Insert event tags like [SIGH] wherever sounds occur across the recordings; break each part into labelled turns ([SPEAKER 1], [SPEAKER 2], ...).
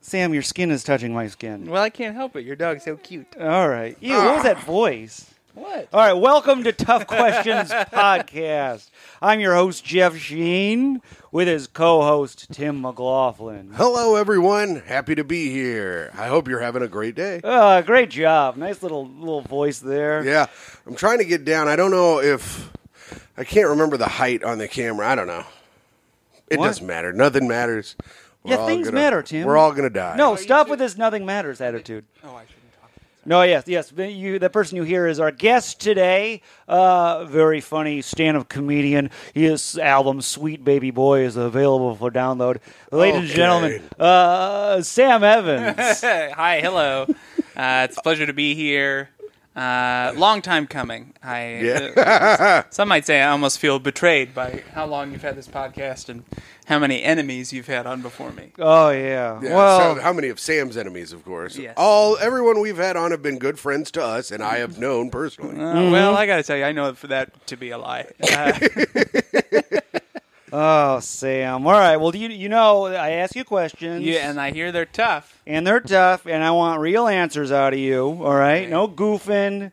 [SPEAKER 1] Sam, your skin is touching my skin.
[SPEAKER 2] Well, I can't help it. Your dog's so cute. Oh.
[SPEAKER 1] All right. Ew, what was that voice?
[SPEAKER 2] What?
[SPEAKER 1] All right, welcome to Tough Questions Podcast. I'm your host, Jeff Sheen, with his co host, Tim McLaughlin.
[SPEAKER 3] Hello, everyone. Happy to be here. I hope you're having a great day.
[SPEAKER 1] Uh, great job. Nice little little voice there.
[SPEAKER 3] Yeah, I'm trying to get down. I don't know if I can't remember the height on the camera. I don't know. It
[SPEAKER 1] What?
[SPEAKER 3] doesn't matter. Nothing matters. We're
[SPEAKER 1] Yeah,
[SPEAKER 3] all
[SPEAKER 1] things
[SPEAKER 3] gonna-
[SPEAKER 1] matter, Tim.
[SPEAKER 3] We're all gonna die.
[SPEAKER 1] No, stop with this nothing matters attitude.
[SPEAKER 2] Oh, I shouldn't talk.
[SPEAKER 1] No, yes, yes. the- You, the person you hear is our guest today. Uh, very funny stand-up comedian. His album "Sweet Baby Boy" is available for download. Ladies and
[SPEAKER 3] Okay.
[SPEAKER 1] gentlemen, uh, Sam
[SPEAKER 2] [LAUGHS]
[SPEAKER 1] Evans.
[SPEAKER 2] Hi, hello. Uh, it's a pleasure to be here. Uh, long time coming. I uh, [LAUGHS] some might say I almost feel betrayed by how long you've had this podcast and how many enemies you've had on before me.
[SPEAKER 1] oh yeah.
[SPEAKER 3] Yeah,
[SPEAKER 1] well,
[SPEAKER 3] so how many of Sam's enemies, of course?
[SPEAKER 2] Yes.
[SPEAKER 3] All everyone we've had on have been good friends to us, and I have known personally.
[SPEAKER 2] Uh, Well, I gotta tell you, I know for that to be a lie. Uh,
[SPEAKER 1] oh Sam. All right. Well, you you know, I ask you questions.
[SPEAKER 2] yeah, and I hear they're tough.
[SPEAKER 1] and they're tough, and I want real answers out of you. All right, no goofing,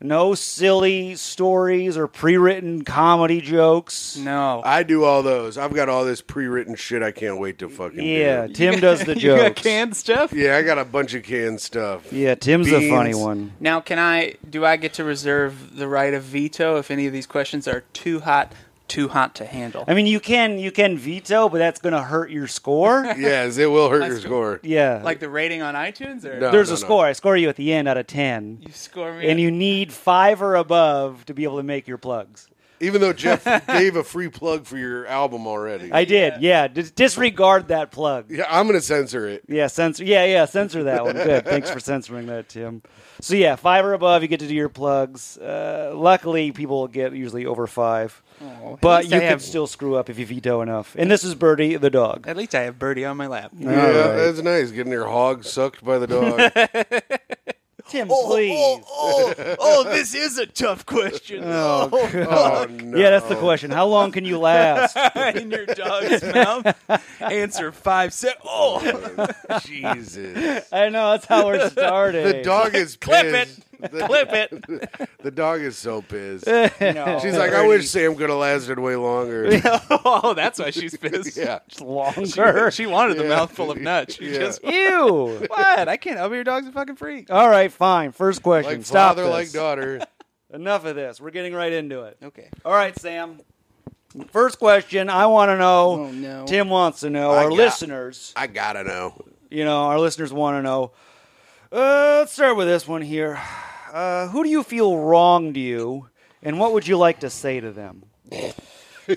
[SPEAKER 1] no silly stories or pre-written comedy jokes.
[SPEAKER 2] No,
[SPEAKER 3] I do all those. I've got all this pre-written shit. I can't wait to fucking
[SPEAKER 1] Yeah,
[SPEAKER 3] do.
[SPEAKER 1] Tim does the
[SPEAKER 2] [LAUGHS] you got
[SPEAKER 1] jokes.
[SPEAKER 2] canned stuff.
[SPEAKER 3] Yeah, I got a bunch of canned stuff.
[SPEAKER 1] Yeah, Tim's the funny
[SPEAKER 3] Beans.
[SPEAKER 1] one.
[SPEAKER 2] Now, can I? Do I get to reserve the right of veto if any of these questions are too hot, too hot to handle?
[SPEAKER 1] I mean, you can you can veto, but that's gonna hurt your
[SPEAKER 2] [LAUGHS]
[SPEAKER 1] score.
[SPEAKER 3] Yes, it will hurt
[SPEAKER 2] That's
[SPEAKER 3] your
[SPEAKER 2] good.
[SPEAKER 3] score.
[SPEAKER 1] yeah,
[SPEAKER 2] Like the rating on iTunes, or
[SPEAKER 3] No.
[SPEAKER 1] there's a
[SPEAKER 3] no.
[SPEAKER 1] score. I score you at the end out of ten,
[SPEAKER 2] you score me,
[SPEAKER 1] and you need five or above to be able to make your plugs.
[SPEAKER 3] Even
[SPEAKER 2] [LAUGHS]
[SPEAKER 3] though Jeff gave a free plug for your album already.
[SPEAKER 1] I did. Yeah, dis- disregard that plug.
[SPEAKER 3] yeah, I'm going to censor it.
[SPEAKER 1] Yeah, censor. Yeah, yeah, censor that one. Good. Thanks for censoring that, Tim. So yeah, five or above, you get to do your plugs. Uh, luckily, people will get usually over five,
[SPEAKER 2] Oh, at
[SPEAKER 1] but
[SPEAKER 2] least
[SPEAKER 1] you
[SPEAKER 2] I
[SPEAKER 1] could
[SPEAKER 2] have-
[SPEAKER 1] still screw up if you veto enough. And this is Birdie the dog.
[SPEAKER 2] At least I have Birdie on my lap.
[SPEAKER 3] Yeah, that's nice. Getting your hog sucked by the
[SPEAKER 2] [LAUGHS]
[SPEAKER 3] dog.
[SPEAKER 1] Tim, please.
[SPEAKER 2] oh, this is a tough question.
[SPEAKER 3] oh, no.
[SPEAKER 1] Yeah, that's the question. How long can you
[SPEAKER 3] [LAUGHS]
[SPEAKER 1] last?
[SPEAKER 2] [LAUGHS] In your dog's mouth. Answer five sec. Oh,
[SPEAKER 3] [LAUGHS]
[SPEAKER 2] [LAUGHS]
[SPEAKER 3] Jesus.
[SPEAKER 1] I know that's how we're starting.
[SPEAKER 3] The dog is
[SPEAKER 2] Clip it.
[SPEAKER 3] pissed.
[SPEAKER 2] [LAUGHS]
[SPEAKER 3] The,
[SPEAKER 2] clip it.
[SPEAKER 3] the dog is so
[SPEAKER 2] [LAUGHS]
[SPEAKER 3] pissed.
[SPEAKER 2] No.
[SPEAKER 3] She's like, I wish Sam could have lasted way longer.
[SPEAKER 2] [LAUGHS] oh, that's why she's pissed.
[SPEAKER 3] yeah. [LAUGHS]
[SPEAKER 1] longer.
[SPEAKER 2] She wanted the mouthful of nuts. She
[SPEAKER 3] Yeah.
[SPEAKER 2] just
[SPEAKER 1] Ew.
[SPEAKER 2] what? I can't help it. Your dog's a fucking freak.
[SPEAKER 1] All right, fine. First question.
[SPEAKER 3] Like
[SPEAKER 1] Stop
[SPEAKER 3] father,
[SPEAKER 1] this.
[SPEAKER 3] like daughter.
[SPEAKER 1] Enough of this. We're getting right into it.
[SPEAKER 2] Okay.
[SPEAKER 1] All right, Sam. First question. I want to know.
[SPEAKER 2] Oh, no.
[SPEAKER 1] Tim wants to know.
[SPEAKER 3] I
[SPEAKER 1] our
[SPEAKER 3] got-
[SPEAKER 1] listeners,
[SPEAKER 3] I gotta know.
[SPEAKER 1] you know, our listeners want to know. Uh, let's start with this one here. Uh, who do you feel wronged you, and what would you like to say to them?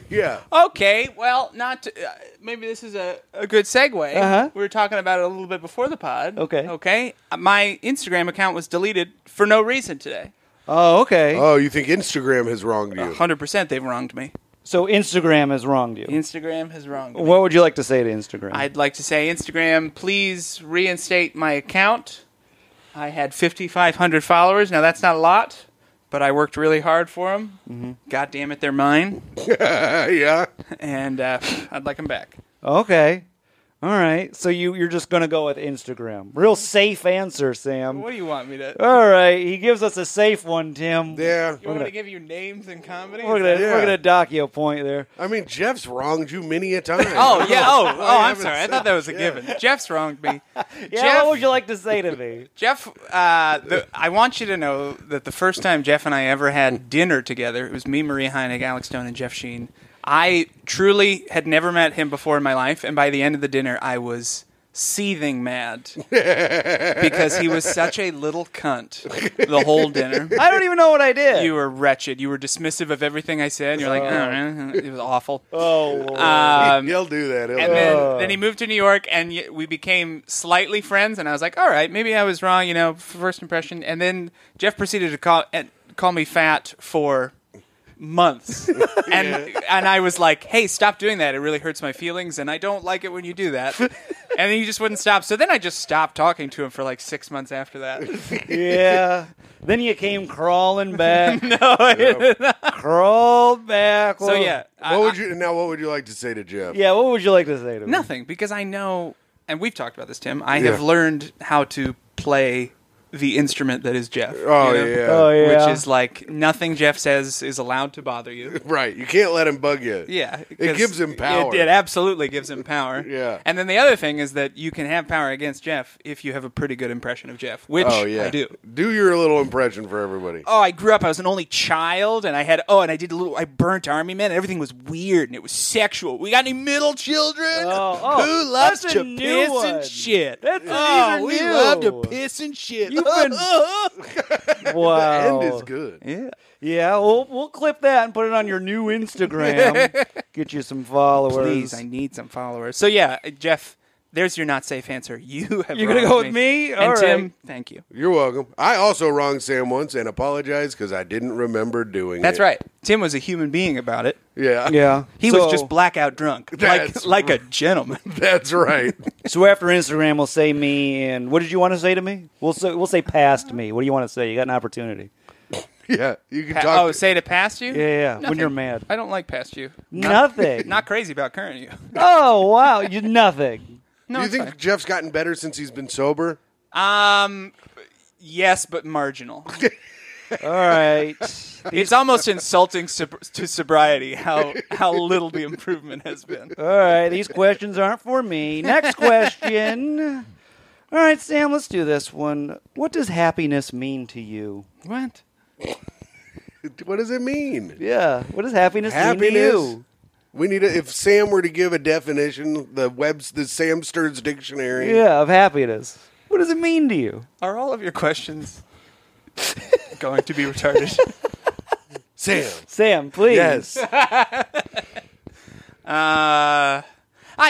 [SPEAKER 3] Yeah.
[SPEAKER 2] Okay, well, not to, uh, maybe this is a, a good segue.
[SPEAKER 1] Uh-huh.
[SPEAKER 2] We were talking about it a little bit before the pod.
[SPEAKER 1] Okay.
[SPEAKER 2] Okay. Uh, My Instagram account was deleted for no reason today.
[SPEAKER 1] Oh, okay.
[SPEAKER 3] Oh, you think Instagram has wronged
[SPEAKER 2] [LAUGHS]
[SPEAKER 3] you?
[SPEAKER 2] 100% they've wronged me.
[SPEAKER 1] so Instagram has wronged you.
[SPEAKER 2] Instagram has wronged me.
[SPEAKER 1] what would you like to say to Instagram?
[SPEAKER 2] I'd like to say, Instagram, please reinstate my account. I had 5,500 followers. Now, that's not a lot, but I worked really hard for them.
[SPEAKER 1] Mm-hmm.
[SPEAKER 2] God damn it, they're mine. [LAUGHS]
[SPEAKER 3] yeah.
[SPEAKER 2] And uh, I'd like them back.
[SPEAKER 1] Okay. All right. So you you're just gonna go with Instagram. Real safe answer, Sam.
[SPEAKER 2] What do you want me to?
[SPEAKER 1] All right. He gives us a safe one, Tim.
[SPEAKER 3] Yeah.
[SPEAKER 2] You want me
[SPEAKER 1] gonna-
[SPEAKER 2] to give you names and comedy?
[SPEAKER 1] We're gonna
[SPEAKER 3] Yeah.
[SPEAKER 1] we're gonna dock you a point there.
[SPEAKER 3] I mean, Jeff's wronged you many a time. [LAUGHS]
[SPEAKER 2] Oh yeah. Oh, oh I'm
[SPEAKER 3] haven't
[SPEAKER 2] sorry. I
[SPEAKER 3] said-
[SPEAKER 2] thought that was a given. Jeff's wronged me.
[SPEAKER 1] Yeah.
[SPEAKER 2] Jeff-
[SPEAKER 1] What would you like to say to me? [LAUGHS]
[SPEAKER 2] Jeff, uh, the, I want you to know that the first time Jeff and I ever had dinner together, it was me, Maria Heineck, Alex Stone, and Jeff Sheen. I truly had never met him before in my life, and by the end of the dinner, I was seething mad because he was such a little cunt the whole dinner.
[SPEAKER 1] I don't even know what I did.
[SPEAKER 2] You were wretched. You were dismissive of everything I said. You're like, "Oh, eh, eh." it was awful.
[SPEAKER 1] oh.
[SPEAKER 2] [LAUGHS]
[SPEAKER 1] Lord.
[SPEAKER 2] Um,
[SPEAKER 3] [LAUGHS] He'll do that. He'll
[SPEAKER 2] And then, then he moved to New York, and y- we became slightly friends. And I was like, "All right, maybe I was wrong, you know, first impression." And then Jeff proceeded to call and call me fat for
[SPEAKER 3] [LAUGHS]
[SPEAKER 2] months, and and I was like, "Hey, stop doing that! It really hurts my feelings, and I don't like it when you do
[SPEAKER 3] [LAUGHS]
[SPEAKER 2] that." and then he just wouldn't stop. So then I just stopped talking to him for like six months after that.
[SPEAKER 3] [LAUGHS]
[SPEAKER 1] yeah. Then you came crawling
[SPEAKER 2] [LAUGHS]
[SPEAKER 1] back. no, crawled back.
[SPEAKER 2] so yeah, I-
[SPEAKER 3] what
[SPEAKER 2] I-
[SPEAKER 3] would you now? What would you like to say to
[SPEAKER 2] [LAUGHS]
[SPEAKER 3] Jeff?
[SPEAKER 1] Yeah. What would you like to say to me?
[SPEAKER 2] nothing because I know and we've talked about this, Tim. I
[SPEAKER 3] Yeah.
[SPEAKER 2] have learned how to play the instrument that is Jeff.
[SPEAKER 3] Oh,
[SPEAKER 2] you know?
[SPEAKER 3] yeah.
[SPEAKER 1] Oh, yeah.
[SPEAKER 2] Which is like nothing Jeff says is allowed to bother you.
[SPEAKER 3] Right. You can't let him bug you.
[SPEAKER 2] Yeah,
[SPEAKER 3] It
[SPEAKER 2] 'cause
[SPEAKER 3] gives him power.
[SPEAKER 2] It, it absolutely gives
[SPEAKER 1] [LAUGHS]
[SPEAKER 2] him power.
[SPEAKER 3] Yeah.
[SPEAKER 2] and then the other thing is that you can have power against Jeff if you have a pretty good impression of Jeff, which
[SPEAKER 3] oh yeah.
[SPEAKER 2] I do.
[SPEAKER 3] Do your little impression for everybody.
[SPEAKER 2] oh, I grew up. I was an only child, and I had oh, and I did a little. I burnt army men. And everything was weird, and it was sexual. We got any middle children
[SPEAKER 1] Oh, oh,
[SPEAKER 2] who loves
[SPEAKER 1] that's
[SPEAKER 2] to
[SPEAKER 1] a new
[SPEAKER 2] piss
[SPEAKER 1] one.
[SPEAKER 2] and shit?
[SPEAKER 1] That's a-
[SPEAKER 2] oh,
[SPEAKER 1] these are
[SPEAKER 2] we
[SPEAKER 1] new.
[SPEAKER 2] love to piss and shit.
[SPEAKER 1] You've been- Wow.
[SPEAKER 3] End is good.
[SPEAKER 2] [LAUGHS] yeah.
[SPEAKER 1] Yeah, we'll, we'll clip that and put it on your new
[SPEAKER 2] [LAUGHS]
[SPEAKER 1] Instagram. Get you some followers.
[SPEAKER 2] Please, I need some followers. So yeah, uh, Jeff, there's your not safe answer. [LAUGHS] You have
[SPEAKER 1] You're gonna
[SPEAKER 2] wronged
[SPEAKER 1] go with me?
[SPEAKER 2] and
[SPEAKER 1] All right.
[SPEAKER 2] Tim. Thank you.
[SPEAKER 3] You're welcome. I also wronged Sam once and apologized because I didn't remember doing
[SPEAKER 2] That's
[SPEAKER 3] it.
[SPEAKER 2] right. Tim was a human being about it.
[SPEAKER 3] Yeah.
[SPEAKER 1] yeah.
[SPEAKER 2] He
[SPEAKER 1] So-
[SPEAKER 2] was just blackout drunk, like
[SPEAKER 3] That's
[SPEAKER 2] like a gentleman.
[SPEAKER 3] [LAUGHS] That's right. [LAUGHS]
[SPEAKER 1] So after Instagram, we'll say me and what did you want to say to me? We'll say we'll say past me. What do you want to say? You got an opportunity.
[SPEAKER 3] yeah. You can
[SPEAKER 2] Pa-
[SPEAKER 3] talk.
[SPEAKER 2] oh, say to past you?
[SPEAKER 1] Yeah, yeah, yeah.
[SPEAKER 2] Nothing.
[SPEAKER 1] When you're mad,
[SPEAKER 2] I don't like past you.
[SPEAKER 1] nothing.
[SPEAKER 2] Not crazy about current you.
[SPEAKER 1] [LAUGHS] oh wow, you nothing.
[SPEAKER 2] No,
[SPEAKER 3] Do you
[SPEAKER 2] it's
[SPEAKER 3] think Jeff's gotten better since he's been sober? [LAUGHS]
[SPEAKER 2] fine. Um, [LAUGHS] yes, but marginal.
[SPEAKER 1] All right.
[SPEAKER 2] it's almost insulting sob- to sobriety how how little the improvement has been.
[SPEAKER 1] All right, these questions aren't for me. Next question. All right, Sam, let's do this one. What does happiness mean to you?
[SPEAKER 2] What?
[SPEAKER 3] What does it mean?
[SPEAKER 1] Yeah, what does happiness, mean to
[SPEAKER 3] Happiness.
[SPEAKER 1] you?
[SPEAKER 3] We need a, if Sam were to give a definition, the webs, the Sam Stearns dictionary.
[SPEAKER 1] Yeah, of happiness. What does it mean to you?
[SPEAKER 2] Are all of your [LAUGHS] questions going to be [LAUGHS] retarded?
[SPEAKER 3] Sam.
[SPEAKER 1] Sam, please.
[SPEAKER 3] Yes.
[SPEAKER 2] Uh, I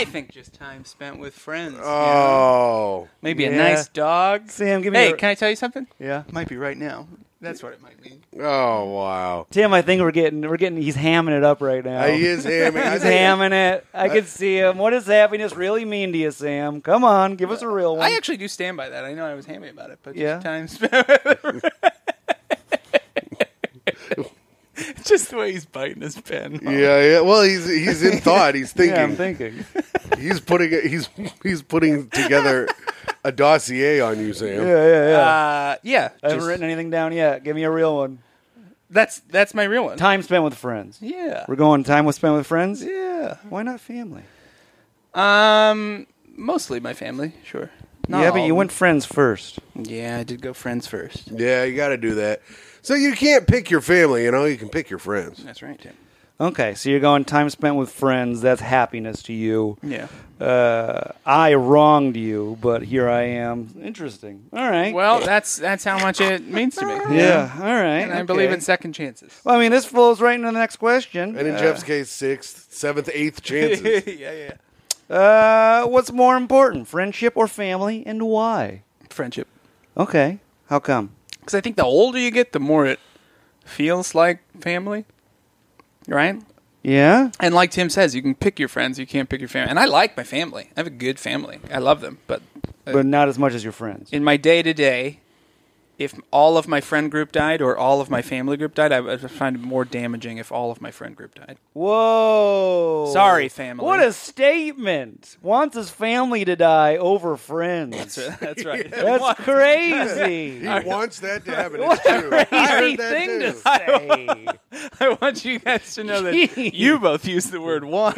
[SPEAKER 2] think just time spent with friends. you know?
[SPEAKER 3] Oh.
[SPEAKER 2] Maybe a
[SPEAKER 1] Yeah.
[SPEAKER 2] nice dog.
[SPEAKER 1] Sam, give me
[SPEAKER 2] Hey,
[SPEAKER 1] your-
[SPEAKER 2] can I tell you something?
[SPEAKER 1] Yeah.
[SPEAKER 2] Might be right now. That's what it might mean.
[SPEAKER 3] Oh wow.
[SPEAKER 1] Tim, I think we're getting we're getting he's hamming it up right now.
[SPEAKER 3] Uh, he is hamming. I
[SPEAKER 1] Oh. [LAUGHS] He's
[SPEAKER 3] think-
[SPEAKER 1] hamming it. I can see him. What does happiness really mean to you, Sam? Come on, give us a real one.
[SPEAKER 2] I actually do stand by that. I know I was hammy about it, but
[SPEAKER 1] Yeah.
[SPEAKER 2] just time spent. [LAUGHS] just the way he's biting his pen.
[SPEAKER 3] Yeah, yeah. Well, he's
[SPEAKER 1] [LAUGHS]
[SPEAKER 3] he's in thought. He's thinking.
[SPEAKER 1] yeah, I'm thinking.
[SPEAKER 3] he's putting a, he's he's putting together a dossier on you, Sam.
[SPEAKER 1] Yeah, yeah,
[SPEAKER 2] [LAUGHS]
[SPEAKER 1] yeah.
[SPEAKER 2] Uh, yeah.
[SPEAKER 1] I haven't
[SPEAKER 2] just-
[SPEAKER 1] written anything down yet. Give me a real one.
[SPEAKER 2] that's that's my real one.
[SPEAKER 1] Time spent with friends.
[SPEAKER 2] Yeah.
[SPEAKER 1] We're going time with spent with friends.
[SPEAKER 2] Yeah.
[SPEAKER 1] Why not family?
[SPEAKER 2] Um, mostly my family, sure. Not
[SPEAKER 1] yeah, but
[SPEAKER 2] all
[SPEAKER 1] you
[SPEAKER 2] of
[SPEAKER 1] went friends first.
[SPEAKER 2] them. Yeah, I did go friends first.
[SPEAKER 3] Yeah, you got to do that. So you can't pick your family, you know. You can pick your friends.
[SPEAKER 2] That's right, Tim.
[SPEAKER 1] Okay, so you're going time spent with friends. That's happiness to you.
[SPEAKER 2] Yeah.
[SPEAKER 1] Uh, I wronged you, but here I am. Interesting. All right.
[SPEAKER 2] Well, that's that's how much it means to me.
[SPEAKER 1] [LAUGHS] yeah. All right.
[SPEAKER 2] And I believe
[SPEAKER 1] okay.
[SPEAKER 2] in second chances.
[SPEAKER 1] Well, I mean, this flows right into the next question.
[SPEAKER 3] And in
[SPEAKER 1] Uh,
[SPEAKER 3] Jeff's case, sixth, seventh, eighth
[SPEAKER 2] yeah,
[SPEAKER 1] [LAUGHS]
[SPEAKER 3] chances.
[SPEAKER 2] [LAUGHS] yeah.
[SPEAKER 1] uh, what's more important, friendship or family, and why?
[SPEAKER 2] Friendship.
[SPEAKER 1] Okay, how come?
[SPEAKER 2] Because I think the older you get, the more it feels like family, right?
[SPEAKER 1] Yeah,
[SPEAKER 2] And like Tim says, you can pick your friends, you can't pick your family. And I like my family. I have a good family. I love them. But uh,
[SPEAKER 1] but not as much as your friends.
[SPEAKER 2] in my day to day, if all of my friend group died or all of my family group died, I would find it more damaging if all of my friend group died. [LAUGHS]
[SPEAKER 1] Whoa!
[SPEAKER 2] Sorry, family.
[SPEAKER 1] What a statement! Wants his family to die over friends.
[SPEAKER 2] That's right.
[SPEAKER 1] [LAUGHS] That's
[SPEAKER 3] He
[SPEAKER 1] crazy.
[SPEAKER 3] wants that to happen. It's true. [LAUGHS] I
[SPEAKER 1] Crazy
[SPEAKER 3] heard that [LAUGHS]
[SPEAKER 1] thing to
[SPEAKER 3] too.
[SPEAKER 1] say.
[SPEAKER 2] [LAUGHS] I want you guys to know that
[SPEAKER 1] Jeez.
[SPEAKER 2] you both use the word want.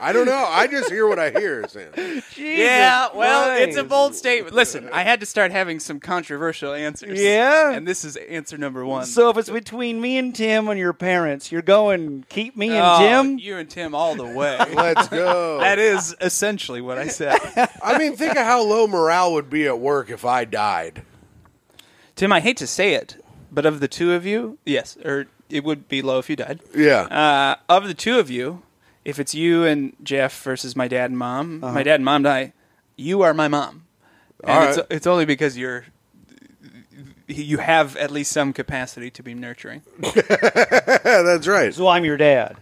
[SPEAKER 3] I don't know. I just hear what I hear, Sam.
[SPEAKER 1] Jesus
[SPEAKER 2] Yeah, well, it's a
[SPEAKER 1] Christ.
[SPEAKER 2] bold statement. Listen, I had to start having some controversial answers.
[SPEAKER 1] Yeah?
[SPEAKER 2] And this is answer number one.
[SPEAKER 1] So if it's between me and Tim and your parents, you're going keep me and
[SPEAKER 2] Oh,
[SPEAKER 1] Tim.
[SPEAKER 2] You and Tim all the [LAUGHS] way.
[SPEAKER 1] [LAUGHS]
[SPEAKER 3] Let's go.
[SPEAKER 2] that is essentially what I said.
[SPEAKER 3] I mean, think of how low morale would be at work if I died.
[SPEAKER 2] [LAUGHS] Tim, I hate to say it, but of the two of you, yes, or it would be low if you died.
[SPEAKER 3] Yeah.
[SPEAKER 2] Uh, of the two of you, if it's you and Jeff versus my dad and mom, my dad and mom die, you are my mom. And
[SPEAKER 3] All
[SPEAKER 2] it's,
[SPEAKER 3] right.
[SPEAKER 2] it's only because you're you have at least some capacity to be nurturing.
[SPEAKER 1] Uh,
[SPEAKER 3] yeah, [LAUGHS] that's right.
[SPEAKER 1] So I'm your dad.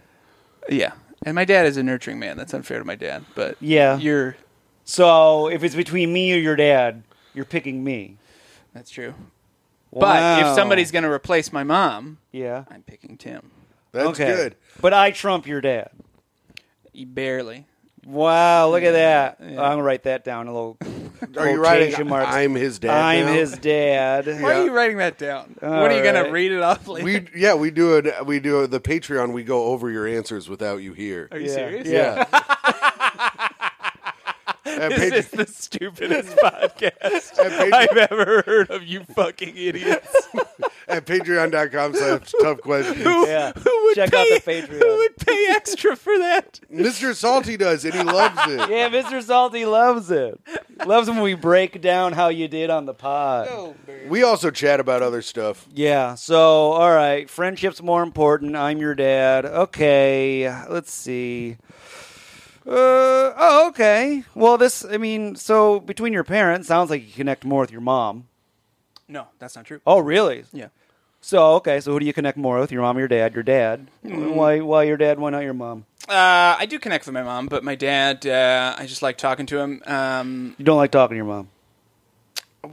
[SPEAKER 2] Yeah. And my dad is a nurturing man. That's unfair to my dad, but
[SPEAKER 1] Yeah.
[SPEAKER 2] you're
[SPEAKER 1] So if it's between me or your dad, you're picking me.
[SPEAKER 2] that's true. But
[SPEAKER 1] Wow.
[SPEAKER 2] if somebody's going to replace my mom,
[SPEAKER 1] yeah,
[SPEAKER 2] I'm picking Tim.
[SPEAKER 3] That's
[SPEAKER 1] okay,
[SPEAKER 3] good.
[SPEAKER 1] But I trump your dad.
[SPEAKER 2] Barely.
[SPEAKER 1] Wow, look at that. I'm gonna write that down a little.
[SPEAKER 3] [LAUGHS] Are you
[SPEAKER 1] quotation
[SPEAKER 3] writing,
[SPEAKER 1] marks.
[SPEAKER 3] "I'm his dad
[SPEAKER 1] I'm
[SPEAKER 3] now"?
[SPEAKER 1] his dad.
[SPEAKER 2] Why
[SPEAKER 3] Yeah.
[SPEAKER 2] are you writing that down? what are you going
[SPEAKER 1] right.
[SPEAKER 2] to read it off later? [LAUGHS]
[SPEAKER 3] [LAUGHS] We yeah, we do it. We do the Patreon. We go over your answers without you here.
[SPEAKER 2] are you
[SPEAKER 1] Yeah,
[SPEAKER 2] serious?
[SPEAKER 3] Yeah. [LAUGHS] At Patre-
[SPEAKER 2] This is the stupidest [LAUGHS] podcast
[SPEAKER 3] at Patre-
[SPEAKER 2] I've ever heard of, you fucking idiots.
[SPEAKER 3] [LAUGHS] at patreon.com slash tough questions.
[SPEAKER 2] Who,
[SPEAKER 3] [LAUGHS]
[SPEAKER 1] Yeah.
[SPEAKER 2] [LAUGHS] [LAUGHS] who would
[SPEAKER 1] Check out
[SPEAKER 2] pay,
[SPEAKER 1] the Patreon.
[SPEAKER 2] Who [LAUGHS] would pay extra
[SPEAKER 1] [LAUGHS]
[SPEAKER 2] for that?
[SPEAKER 3] Mr. Salty does, and he loves it.
[SPEAKER 1] Yeah, Mr. Salty loves it. Loves when we break down how you did on the pod.
[SPEAKER 3] We also chat about other stuff.
[SPEAKER 1] Yeah. So, all right, friendship's more important. I'm your dad. Okay. Let's see. Uh, oh, okay. Well, this, I mean, so between your parents, sounds like you connect more with your mom.
[SPEAKER 2] No, that's not true.
[SPEAKER 1] Oh, really?
[SPEAKER 2] Yeah.
[SPEAKER 1] So, okay. So, who do you connect more with? Your mom or your dad? Your dad. Why? Why your dad? Why not your mom?
[SPEAKER 2] Uh, I do connect with my mom, but my dad, uh, I just like talking to him. Um,
[SPEAKER 1] You don't like talking to your mom.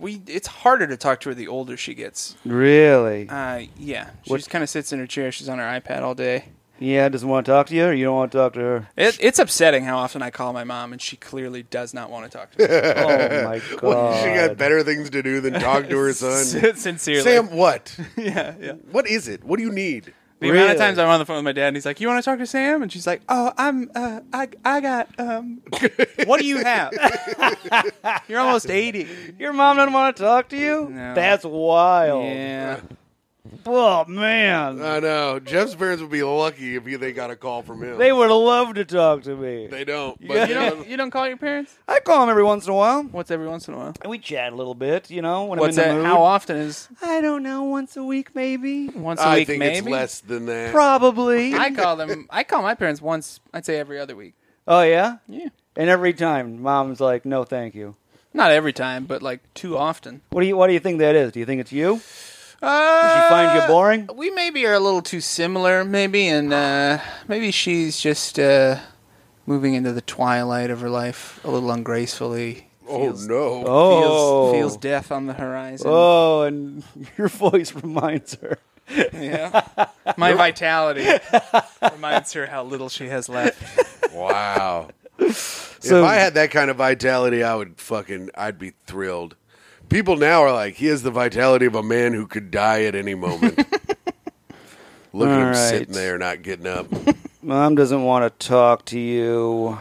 [SPEAKER 2] we It's harder to talk to her the older she gets.
[SPEAKER 1] Really?
[SPEAKER 2] Uh, yeah. She
[SPEAKER 1] What-
[SPEAKER 2] just kind of sits in her chair. She's on her iPad all day.
[SPEAKER 1] yeah. Doesn't want to talk to you, or you don't want to talk to her.
[SPEAKER 2] It, it's upsetting how often I call my mom, and she clearly does not want to talk to me.
[SPEAKER 1] Oh my god.
[SPEAKER 3] She got better things to do than talk to
[SPEAKER 1] [LAUGHS]
[SPEAKER 2] [LAUGHS]
[SPEAKER 3] her son.
[SPEAKER 2] Sin- Sincerely.
[SPEAKER 3] Sam, what?
[SPEAKER 2] [LAUGHS] Yeah, yeah.
[SPEAKER 3] What is it? What do you need?
[SPEAKER 2] The amount
[SPEAKER 1] Really?
[SPEAKER 2] of times I'm on the phone with my dad, and he's like, "You want to talk to Sam?" And she's like, "Oh, I'm, uh, I, I got, um, what do you have? You're almost eighty.
[SPEAKER 1] Your mom doesn't want to talk to you.
[SPEAKER 2] No.
[SPEAKER 1] That's wild.
[SPEAKER 2] Yeah,
[SPEAKER 1] Oh man,
[SPEAKER 3] I know. Jeff's parents would be lucky if he- they got a call from him.
[SPEAKER 1] they would love to talk to me.
[SPEAKER 3] They don't. But
[SPEAKER 1] Yeah.
[SPEAKER 3] you
[SPEAKER 2] you
[SPEAKER 3] know,
[SPEAKER 2] don't, you don't call your parents?
[SPEAKER 1] I call them every once in a while.
[SPEAKER 2] What's every once in a while?
[SPEAKER 1] And we chat a little bit, you know, when
[SPEAKER 2] What's
[SPEAKER 1] I'm in
[SPEAKER 2] that?
[SPEAKER 1] the mood.
[SPEAKER 2] How often is
[SPEAKER 1] I don't know, once a week maybe.
[SPEAKER 2] once a
[SPEAKER 3] I
[SPEAKER 2] week?
[SPEAKER 3] think
[SPEAKER 2] maybe.
[SPEAKER 3] it's less than that.
[SPEAKER 1] Probably.
[SPEAKER 2] I call them. I call my parents once. I'd say every other week.
[SPEAKER 1] oh yeah.
[SPEAKER 2] Yeah,
[SPEAKER 1] And every time, mom's like, "No, thank you."
[SPEAKER 2] not every time, but like too often.
[SPEAKER 1] What do you What do you think that is? Do you think it's you?
[SPEAKER 2] Uh,
[SPEAKER 1] She find you boring?
[SPEAKER 2] We maybe are a little too similar, maybe, and uh, maybe she's just uh, moving into the twilight of her life a little ungracefully.
[SPEAKER 3] oh, no.
[SPEAKER 1] Oh,
[SPEAKER 2] Feels, feels death on the horizon.
[SPEAKER 1] oh, and [LAUGHS] your voice reminds her.
[SPEAKER 3] [LAUGHS]
[SPEAKER 2] Yeah. My vitality reminds her how little she has left.
[SPEAKER 3] Wow.
[SPEAKER 1] [LAUGHS] So-
[SPEAKER 3] if I had that kind of vitality, I would fucking, I'd be thrilled. People now are like, he has the vitality of a man who could die at
[SPEAKER 1] [LAUGHS]
[SPEAKER 3] any moment. Look at
[SPEAKER 1] All
[SPEAKER 3] him
[SPEAKER 1] right.
[SPEAKER 3] sitting there, not getting up.
[SPEAKER 1] Mom doesn't want to talk to you.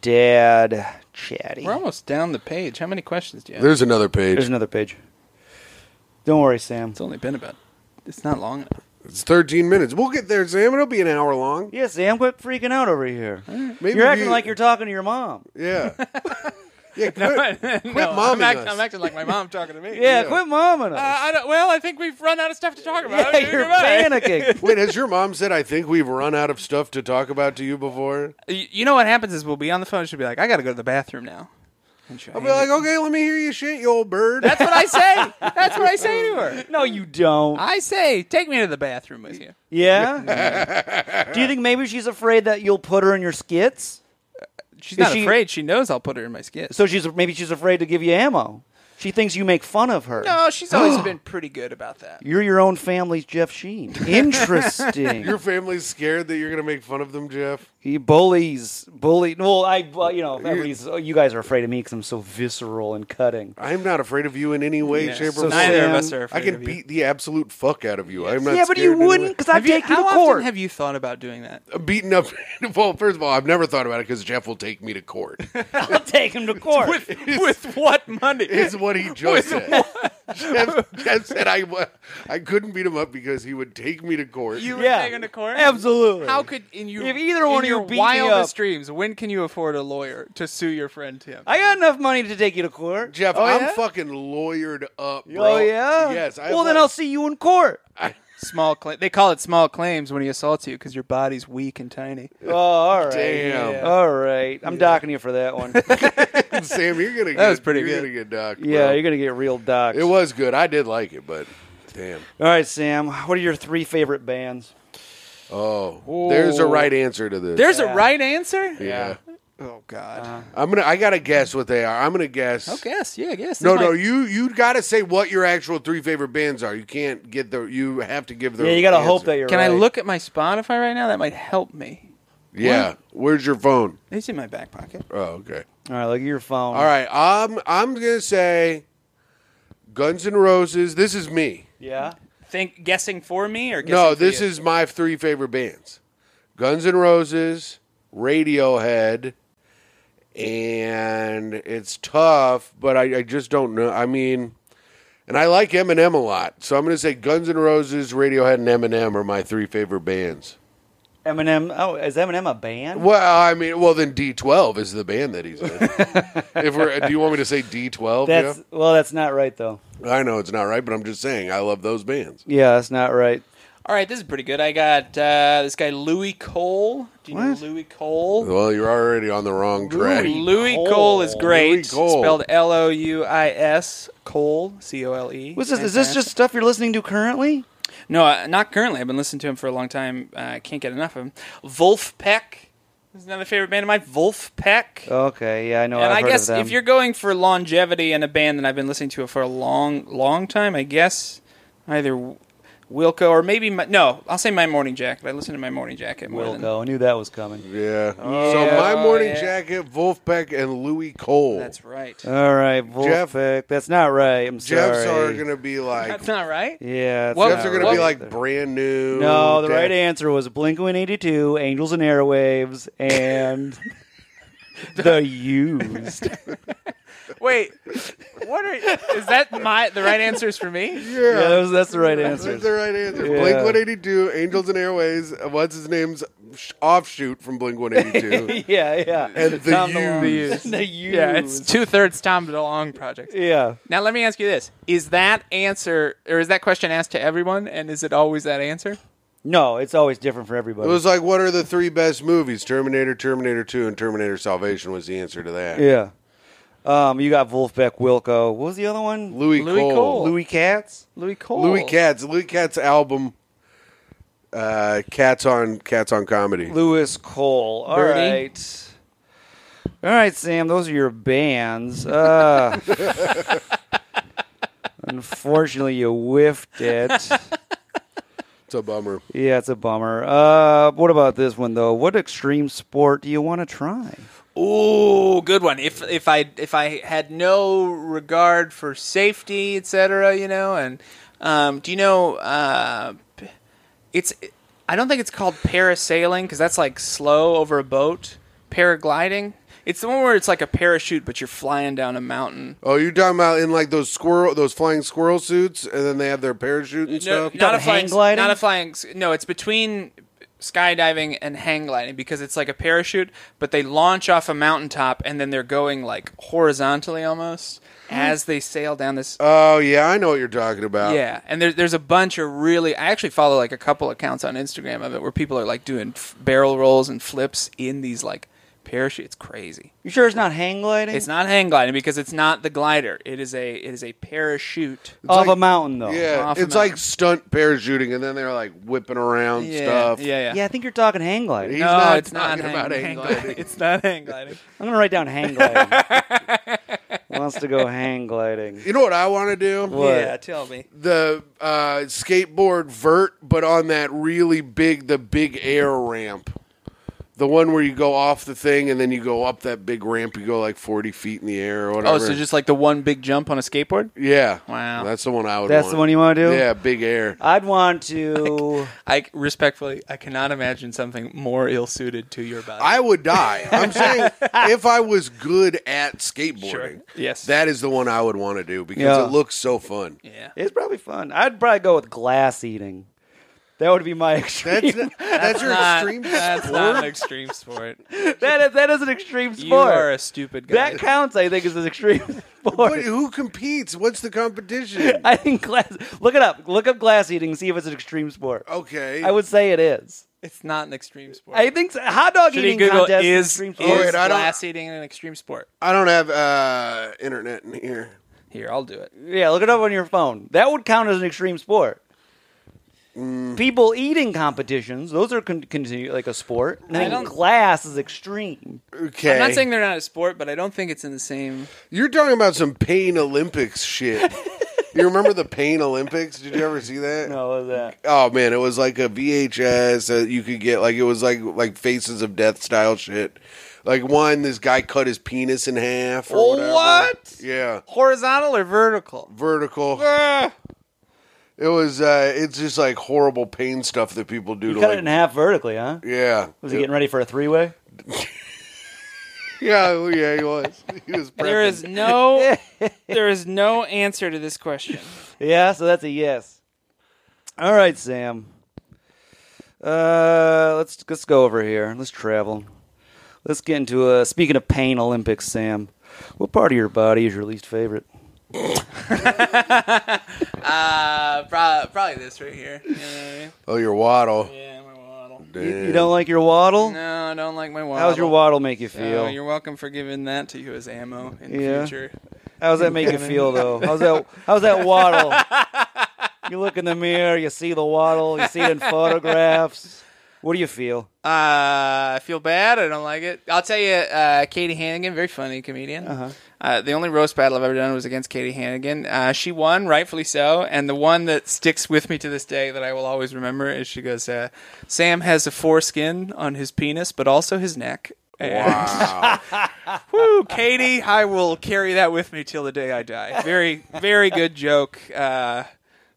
[SPEAKER 1] Dad, chatty.
[SPEAKER 2] We're almost down the page. How many questions do you have?
[SPEAKER 3] There's another
[SPEAKER 1] There's
[SPEAKER 3] page.
[SPEAKER 1] another page. Don't worry, Sam.
[SPEAKER 2] it's only been about. It's not long enough.
[SPEAKER 3] It's 13 minutes. We'll get there, Sam. It'll be an hour long.
[SPEAKER 1] Yeah, Sam, quit freaking out over here.
[SPEAKER 3] Maybe
[SPEAKER 1] you're acting
[SPEAKER 3] we-
[SPEAKER 1] like you're talking to your mom. [LAUGHS]
[SPEAKER 3] Yeah. yeah. Quit,
[SPEAKER 2] [LAUGHS]
[SPEAKER 3] quit
[SPEAKER 2] No, I'm,
[SPEAKER 3] momming
[SPEAKER 2] act-
[SPEAKER 3] us.
[SPEAKER 2] I'm acting like my mom talking to me.
[SPEAKER 1] Yeah, quit momming us.
[SPEAKER 2] Uh, I don't, well, I think we've run out of stuff to talk
[SPEAKER 1] [LAUGHS]
[SPEAKER 2] about.
[SPEAKER 1] yeah, you're
[SPEAKER 2] Goodbye. [LAUGHS]
[SPEAKER 1] panicking.
[SPEAKER 3] Wait, has your mom said, I think we've run out of stuff to talk about to you before?
[SPEAKER 2] Y- You know what happens is we'll be on the phone. She'll be like, "I got to go to the bathroom now." And she'll
[SPEAKER 3] I'll be
[SPEAKER 2] hand
[SPEAKER 3] like,
[SPEAKER 2] it-
[SPEAKER 3] okay, let me hear you shit, you old bird.
[SPEAKER 2] Oh, "That's what I [LAUGHS] say. That's what I say to her.
[SPEAKER 1] no, you don't.
[SPEAKER 2] I say, take me to the bathroom with you."
[SPEAKER 1] Yeah.
[SPEAKER 2] [LAUGHS]
[SPEAKER 1] Do you think maybe she's afraid that you'll put her in your skits?
[SPEAKER 2] She's
[SPEAKER 1] Is
[SPEAKER 2] not
[SPEAKER 1] she-
[SPEAKER 2] afraid. She knows I'll put her in my skit.
[SPEAKER 1] So she's maybe she's afraid to give you ammo. She thinks you make fun of her.
[SPEAKER 2] no,
[SPEAKER 1] [GASPS]
[SPEAKER 2] she's always been pretty good about that.
[SPEAKER 1] You're your own family's Jeff
[SPEAKER 2] [LAUGHS]
[SPEAKER 1] Sheen. Interesting.
[SPEAKER 3] Your family's scared that you're going to make fun of them, Jeff?
[SPEAKER 1] He bullies, bully. Well, I, well, you know, everybody's. oh, You guys are afraid of me because I'm so visceral and cutting.
[SPEAKER 3] I'm not afraid of you in any way,
[SPEAKER 2] Yeah.
[SPEAKER 3] shape,
[SPEAKER 1] So
[SPEAKER 3] or form.
[SPEAKER 2] neither
[SPEAKER 1] Sam-
[SPEAKER 2] of us are.
[SPEAKER 3] I
[SPEAKER 2] Afraid
[SPEAKER 3] can
[SPEAKER 2] of you.
[SPEAKER 3] beat the absolute fuck out of you. I'm not
[SPEAKER 1] Yeah, but
[SPEAKER 3] scared
[SPEAKER 1] you
[SPEAKER 3] in any
[SPEAKER 1] wouldn't because I've
[SPEAKER 2] Have you-
[SPEAKER 1] taken
[SPEAKER 2] how
[SPEAKER 1] you to
[SPEAKER 2] often
[SPEAKER 1] court. [LAUGHS]
[SPEAKER 2] have you thought about doing that?
[SPEAKER 3] way. Beaten up. [LAUGHS] Well, first of all, I've never thought about it because Jeff will take me to court.
[SPEAKER 1] I'll take him to court.
[SPEAKER 2] with what money?
[SPEAKER 3] is what he just said. Jeff, Jeff said I, wa- I couldn't beat him up because he would take me to court.
[SPEAKER 2] You were
[SPEAKER 1] yeah,
[SPEAKER 2] taken to court.
[SPEAKER 1] Absolutely.
[SPEAKER 2] [LAUGHS] How could in your
[SPEAKER 1] If either
[SPEAKER 2] in
[SPEAKER 1] one of you
[SPEAKER 2] your
[SPEAKER 1] beat me
[SPEAKER 2] wildest
[SPEAKER 1] up-
[SPEAKER 2] dreams? When can you afford a lawyer to sue your friend Tim?
[SPEAKER 1] I got enough money to take you to court,
[SPEAKER 3] Jeff,
[SPEAKER 1] Oh,
[SPEAKER 3] I'm
[SPEAKER 1] yeah?
[SPEAKER 3] fucking lawyered up, bro.
[SPEAKER 1] Oh yeah.
[SPEAKER 3] Yes. I
[SPEAKER 1] well, then
[SPEAKER 3] like-
[SPEAKER 1] I'll see you in
[SPEAKER 3] [LAUGHS]
[SPEAKER 1] court.
[SPEAKER 2] Small claim. They call it small claims when he assaults you because your body's weak and tiny.
[SPEAKER 1] Oh, all right.
[SPEAKER 3] Damn.
[SPEAKER 2] Yeah.
[SPEAKER 1] All right. I'm docking you for that
[SPEAKER 3] [LAUGHS]
[SPEAKER 1] one.
[SPEAKER 3] Sam, you're gonna. That
[SPEAKER 2] was pretty
[SPEAKER 3] you're
[SPEAKER 2] good.
[SPEAKER 3] Gonna get docked,
[SPEAKER 1] yeah,
[SPEAKER 3] bro.
[SPEAKER 1] you're gonna get real docked.
[SPEAKER 3] It was good. I did like it, but damn.
[SPEAKER 1] All right, Sam. What are your three favorite bands?
[SPEAKER 3] Oh, there's a
[SPEAKER 2] Oh.
[SPEAKER 3] right answer to this.
[SPEAKER 2] There's
[SPEAKER 1] Yeah.
[SPEAKER 2] a right answer.
[SPEAKER 3] yeah.
[SPEAKER 2] Oh God.
[SPEAKER 3] I'm gonna. I gotta guess what they are. I'm gonna guess.
[SPEAKER 2] oh guess. Yeah. Guess.
[SPEAKER 3] No,
[SPEAKER 2] This
[SPEAKER 3] no.
[SPEAKER 2] might-
[SPEAKER 3] You you gotta say what your actual three favorite bands are. You can't get the. You have to give the.
[SPEAKER 1] Yeah, you gotta hope
[SPEAKER 3] answer.
[SPEAKER 1] that you're.
[SPEAKER 2] Can I
[SPEAKER 1] right.
[SPEAKER 2] look at my Spotify right now? That might help me.
[SPEAKER 3] Yeah. Where's your phone?
[SPEAKER 2] It's in my back pocket.
[SPEAKER 3] Oh, okay.
[SPEAKER 1] All right, look at your phone.
[SPEAKER 3] All right. I'm I'm gonna say Guns N' Roses. This is me.
[SPEAKER 1] Yeah.
[SPEAKER 2] Think guessing for me or guessing
[SPEAKER 3] no,
[SPEAKER 2] for
[SPEAKER 3] this
[SPEAKER 2] you?
[SPEAKER 3] is my three favorite bands: Guns N' Roses, Radiohead, and it's tough, but I, I just don't know. I mean, and I like Eminem a lot, so I'm going to say Guns N' Roses, Radiohead, and Eminem are my three favorite bands.
[SPEAKER 1] Eminem. Oh, is Eminem a band?
[SPEAKER 3] Well, I mean, well then D12 is the band that he's in. if we're, do you want me to say D12?
[SPEAKER 1] That's well, that's not right though.
[SPEAKER 3] yeah? I know it's not right, but I'm just saying I love those bands.
[SPEAKER 1] Yeah, that's not right.
[SPEAKER 2] All right, this is pretty good. I got uh, this guy Louis Cole. Do you know
[SPEAKER 1] What?
[SPEAKER 2] Louis Cole?
[SPEAKER 3] Well, you're already on the wrong track.
[SPEAKER 1] Louis
[SPEAKER 2] Louis
[SPEAKER 1] Cole.
[SPEAKER 2] Cole. is great.
[SPEAKER 3] Louis Cole.
[SPEAKER 2] Spelled L O U I S Cole C O L E.
[SPEAKER 1] What's this? Is this just stuff you're listening to currently?
[SPEAKER 2] no? Uh, not currently. I've been listening to him for a long time. Uh, I can't get enough of him. Wolf Peck is another favorite band of mine. Wolf Peck.
[SPEAKER 1] Okay. Yeah, I know.
[SPEAKER 2] and
[SPEAKER 1] Oh, I've
[SPEAKER 2] I
[SPEAKER 1] heard
[SPEAKER 2] guess
[SPEAKER 1] of them.
[SPEAKER 2] if you're going for longevity in a band that I've been listening to for a long, long time, I guess either Wilco or maybe my, no, I'll say My Morning Jacket. I listen to My Morning Jacket more than
[SPEAKER 1] Wilco, I knew that was coming.
[SPEAKER 3] Yeah. so
[SPEAKER 1] Oh, Yeah.
[SPEAKER 3] my morning
[SPEAKER 2] Yeah.
[SPEAKER 3] jacket, Wolfpack, and Louis Cole.
[SPEAKER 2] that's right.
[SPEAKER 1] All right,
[SPEAKER 3] Jeff-
[SPEAKER 1] Volvic. That's not right. I'm sorry.
[SPEAKER 3] Jeffs are gonna be like
[SPEAKER 2] That's not right.
[SPEAKER 1] Yeah, it's
[SPEAKER 2] Well,
[SPEAKER 1] not
[SPEAKER 3] Jeffs are gonna
[SPEAKER 2] Well-
[SPEAKER 3] be
[SPEAKER 1] right
[SPEAKER 3] like
[SPEAKER 1] either.
[SPEAKER 3] brand new.
[SPEAKER 1] No, the
[SPEAKER 3] Def-
[SPEAKER 1] right answer was Blink 182, Angels and Airwaves,
[SPEAKER 3] [LAUGHS]
[SPEAKER 1] and The Used.
[SPEAKER 2] Wait, what are is that my the right answers for me?
[SPEAKER 1] Yeah, that was, that's the right
[SPEAKER 3] That's
[SPEAKER 1] answer.
[SPEAKER 3] the right answer.
[SPEAKER 1] Yeah.
[SPEAKER 3] Blink 182, Angels and Airways. uh, What's his name's sh- offshoot from
[SPEAKER 1] [LAUGHS]
[SPEAKER 3] Blink 182,
[SPEAKER 1] [LAUGHS] Yeah, yeah.
[SPEAKER 3] and the
[SPEAKER 2] Tom DeLonge. [LAUGHS]
[SPEAKER 3] Used.
[SPEAKER 1] The Used.
[SPEAKER 2] Yeah, it's two thirds Tom DeLonge project.
[SPEAKER 1] Yeah.
[SPEAKER 2] Now let me ask you this: Is that answer or is that question asked to everyone? And is it always that answer?
[SPEAKER 1] No, it's always different for
[SPEAKER 3] It
[SPEAKER 1] everybody.
[SPEAKER 3] was like, what are the three best movies? Terminator, Terminator 2, and Terminator Salvation was the answer to that.
[SPEAKER 1] yeah. Um, you got Wolfbeck, Wilco. What was the other one?
[SPEAKER 3] Louis,
[SPEAKER 2] Louis Cole.
[SPEAKER 1] Louis Katz?
[SPEAKER 2] Louis Cole.
[SPEAKER 3] Louis Katz. Louis Katz album. Uh, cats on cats on comedy.
[SPEAKER 1] Lewis Cole. All right,
[SPEAKER 2] Birdie.
[SPEAKER 1] All right, Sam, those are your bands. [LAUGHS] Uh, unfortunately, you whiffed it.
[SPEAKER 3] It's a bummer.
[SPEAKER 1] Yeah, it's a bummer. Uh, what about this one, though? What extreme sport do you want to try?
[SPEAKER 2] Ooh, good one. If if I if I had no regard for safety, etc., you know, and um, do you know uh, p- it's I don't think it's called parasailing because that's like slow over a boat. Paragliding. It's the one where it's like a parachute, but you're flying down a mountain.
[SPEAKER 3] Oh, you're talking about in like those squirrel, those flying squirrel suits, and then they have their parachute and stuff.
[SPEAKER 1] no.
[SPEAKER 2] not a
[SPEAKER 1] Hang
[SPEAKER 2] flying,
[SPEAKER 1] gliding?
[SPEAKER 2] Not a flying. s- No, it's between skydiving and hang gliding because it's like a parachute, but they launch off a mountaintop and then they're going like horizontally almost as they sail down this.
[SPEAKER 3] Oh yeah, I know what you're talking about.
[SPEAKER 2] yeah, and there's there's a bunch of really. I actually follow like a couple accounts on Instagram of it where people are like doing f- barrel rolls and flips in these like parachutes. It's crazy.
[SPEAKER 1] You sure it's not hang gliding?
[SPEAKER 2] It's not hang gliding because it's not the glider. It is a it is a parachute.
[SPEAKER 1] off
[SPEAKER 3] like-
[SPEAKER 1] Oh, a mountain, though.
[SPEAKER 3] yeah.
[SPEAKER 2] Off
[SPEAKER 3] It's
[SPEAKER 2] and
[SPEAKER 3] like
[SPEAKER 2] on.
[SPEAKER 3] stunt parachuting, and then they're like whipping around
[SPEAKER 2] Yeah,
[SPEAKER 3] stuff.
[SPEAKER 2] yeah, yeah.
[SPEAKER 1] Yeah, I think you're talking hang gliding.
[SPEAKER 3] He's
[SPEAKER 2] no,
[SPEAKER 3] not
[SPEAKER 2] it's not
[SPEAKER 3] talking about hang gliding.
[SPEAKER 2] [LAUGHS] It's not hang gliding.
[SPEAKER 1] I'm gonna write down hang
[SPEAKER 3] [LAUGHS]
[SPEAKER 1] gliding. Wants to go hang gliding.
[SPEAKER 3] You know what I want to do?
[SPEAKER 1] What?
[SPEAKER 2] Yeah, tell me.
[SPEAKER 3] The uh, skateboard vert, but on that really big, the big air ramp. The one where you go off the thing and then you go up that big ramp. You go like 40 feet in the air or whatever.
[SPEAKER 2] Oh, so just like the one big jump on a skateboard?
[SPEAKER 3] yeah.
[SPEAKER 2] Wow.
[SPEAKER 3] That's the one I would.
[SPEAKER 1] That's
[SPEAKER 3] want.
[SPEAKER 1] the one you want to do?
[SPEAKER 3] Yeah, big air.
[SPEAKER 1] I'd want to.
[SPEAKER 2] I respectfully, I cannot imagine something more ill-suited to your body.
[SPEAKER 3] I would die.
[SPEAKER 2] [LAUGHS]
[SPEAKER 3] I'm saying if I was good at skateboarding,
[SPEAKER 2] Yes.
[SPEAKER 3] that is the one I would want to do because
[SPEAKER 1] Yeah.
[SPEAKER 3] it looks so fun.
[SPEAKER 1] [LAUGHS]
[SPEAKER 2] yeah.
[SPEAKER 1] It's probably fun. I'd probably go with glass eating. That would be my [LAUGHS] extreme.
[SPEAKER 3] That's that's, your
[SPEAKER 2] Not-
[SPEAKER 3] extreme
[SPEAKER 2] That's
[SPEAKER 1] [LAUGHS]
[SPEAKER 3] sport.
[SPEAKER 2] not an extreme sport.
[SPEAKER 1] that, is, that is an extreme
[SPEAKER 2] You are a
[SPEAKER 1] sport.
[SPEAKER 2] stupid guy. [LAUGHS]
[SPEAKER 1] That counts, I think, as an extreme [LAUGHS]
[SPEAKER 3] What-
[SPEAKER 1] sport.
[SPEAKER 3] who competes? What's the competition?
[SPEAKER 1] [LAUGHS] I think glass. Look it up. Look up glass eating. See if it's an extreme sport.
[SPEAKER 3] Oh, Okay.
[SPEAKER 1] I would say it is.
[SPEAKER 2] it's not an extreme sport.
[SPEAKER 1] I think so. hot dog
[SPEAKER 2] Should he
[SPEAKER 1] eating
[SPEAKER 2] Google
[SPEAKER 1] contest is,
[SPEAKER 2] is,
[SPEAKER 1] an
[SPEAKER 2] is
[SPEAKER 1] extreme sport.
[SPEAKER 3] Oh, wait, I don't-
[SPEAKER 2] glass eating an extreme sport?
[SPEAKER 3] I don't have uh, internet in here.
[SPEAKER 2] Here, I'll do it.
[SPEAKER 1] Yeah, look it up on your phone. That would count as an extreme sport.
[SPEAKER 3] Mm.
[SPEAKER 1] People eating competitions; those are con- continue like a sport. And I think
[SPEAKER 2] don't-
[SPEAKER 1] glass is extreme.
[SPEAKER 3] Okay.
[SPEAKER 2] I'm not saying they're not a sport, but I don't think it's in the same.
[SPEAKER 3] You're talking about some pain Olympics shit. You remember the Pain Olympics? Did you ever see that?
[SPEAKER 1] No, what was that?
[SPEAKER 3] Oh man, it was like a VHS that you could get. Like it was like like Faces of Death style shit. Like one, this guy cut his penis in half. Or whatever.
[SPEAKER 2] What?
[SPEAKER 3] Yeah,
[SPEAKER 2] Horizontal or vertical?
[SPEAKER 3] vertical.
[SPEAKER 2] Ah.
[SPEAKER 3] It was. uh It's just like horrible pain stuff that people do
[SPEAKER 1] You
[SPEAKER 3] to
[SPEAKER 1] cut
[SPEAKER 3] like.
[SPEAKER 1] it in half vertically, huh?
[SPEAKER 3] Yeah.
[SPEAKER 1] Was he getting ready for a three way?
[SPEAKER 3] Yeah, well, yeah, he was. [LAUGHS] He was.
[SPEAKER 2] There
[SPEAKER 3] prepping.
[SPEAKER 2] is no there is no answer to this question.
[SPEAKER 1] Yeah, so that's a yes. All right, Sam. Uh, let's let's go over here. Let's travel. Let's get into a speaking of pain Olympics, Sam. What part of your body is your least favorite?
[SPEAKER 2] Uh, pro- probably this right here. You know what I mean?
[SPEAKER 3] Oh, your waddle.
[SPEAKER 2] Yeah, my waddle.
[SPEAKER 1] You, you don't like your waddle?
[SPEAKER 2] No, I don't like my waddle.
[SPEAKER 1] How's your waddle make you feel?
[SPEAKER 2] Oh, you're welcome for giving that to you as ammo in
[SPEAKER 1] Yeah.
[SPEAKER 2] the future.
[SPEAKER 1] How's that make you feel though? How's that? How's that
[SPEAKER 2] [LAUGHS]
[SPEAKER 1] waddle? you look in the mirror, you see the waddle, you see it in photographs. What do you feel?
[SPEAKER 2] Uh, I feel bad. I don't like it. I'll tell you, uh, Katie Hannigan, very funny comedian. uh the only roast battle I've ever done was against Katie Hannigan. Uh, she won, rightfully so. And the one that sticks with me to this day that I will always remember is she goes, uh, Sam has a foreskin on his penis, but also his neck. And,
[SPEAKER 3] Wow.
[SPEAKER 2] [LAUGHS] woo, Katie, I will carry that with me till the day I die. Very, very good joke. Uh,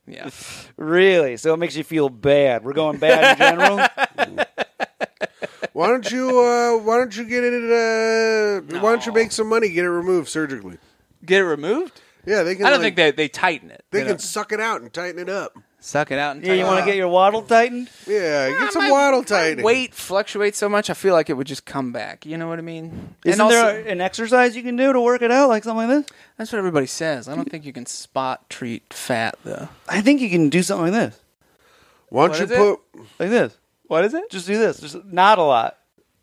[SPEAKER 2] yeah.
[SPEAKER 1] Really? So it makes you feel bad. We're going bad in general.
[SPEAKER 3] why don't you? Uh, why don't you get it? Uh, Why don't you make some money? Get it removed surgically.
[SPEAKER 2] Get it removed?
[SPEAKER 3] Yeah, they can.
[SPEAKER 2] I don't think
[SPEAKER 3] like,
[SPEAKER 2] they, they tighten it.
[SPEAKER 3] they
[SPEAKER 2] You
[SPEAKER 3] can
[SPEAKER 2] know,
[SPEAKER 3] suck it out and tighten it up.
[SPEAKER 2] suck it out and
[SPEAKER 1] yeah,
[SPEAKER 2] tighten
[SPEAKER 1] you
[SPEAKER 2] it.
[SPEAKER 1] want to get your waddle tightened?
[SPEAKER 3] Yeah,
[SPEAKER 2] Yeah,
[SPEAKER 3] get some
[SPEAKER 2] my-
[SPEAKER 3] waddle
[SPEAKER 2] my
[SPEAKER 3] tightening.
[SPEAKER 2] Weight fluctuates so much. I feel like it would just come back. You know what I mean?
[SPEAKER 1] Isn't
[SPEAKER 2] and also,
[SPEAKER 1] there an exercise you can do to work it out, like something like this?
[SPEAKER 2] that's what everybody says. I don't think you can spot treat fat though.
[SPEAKER 1] I think you can do something like this,
[SPEAKER 3] Why don't
[SPEAKER 2] What
[SPEAKER 3] you
[SPEAKER 2] is it?
[SPEAKER 3] put?
[SPEAKER 1] like this.
[SPEAKER 2] What is it?
[SPEAKER 1] Just do this. Just not a lot.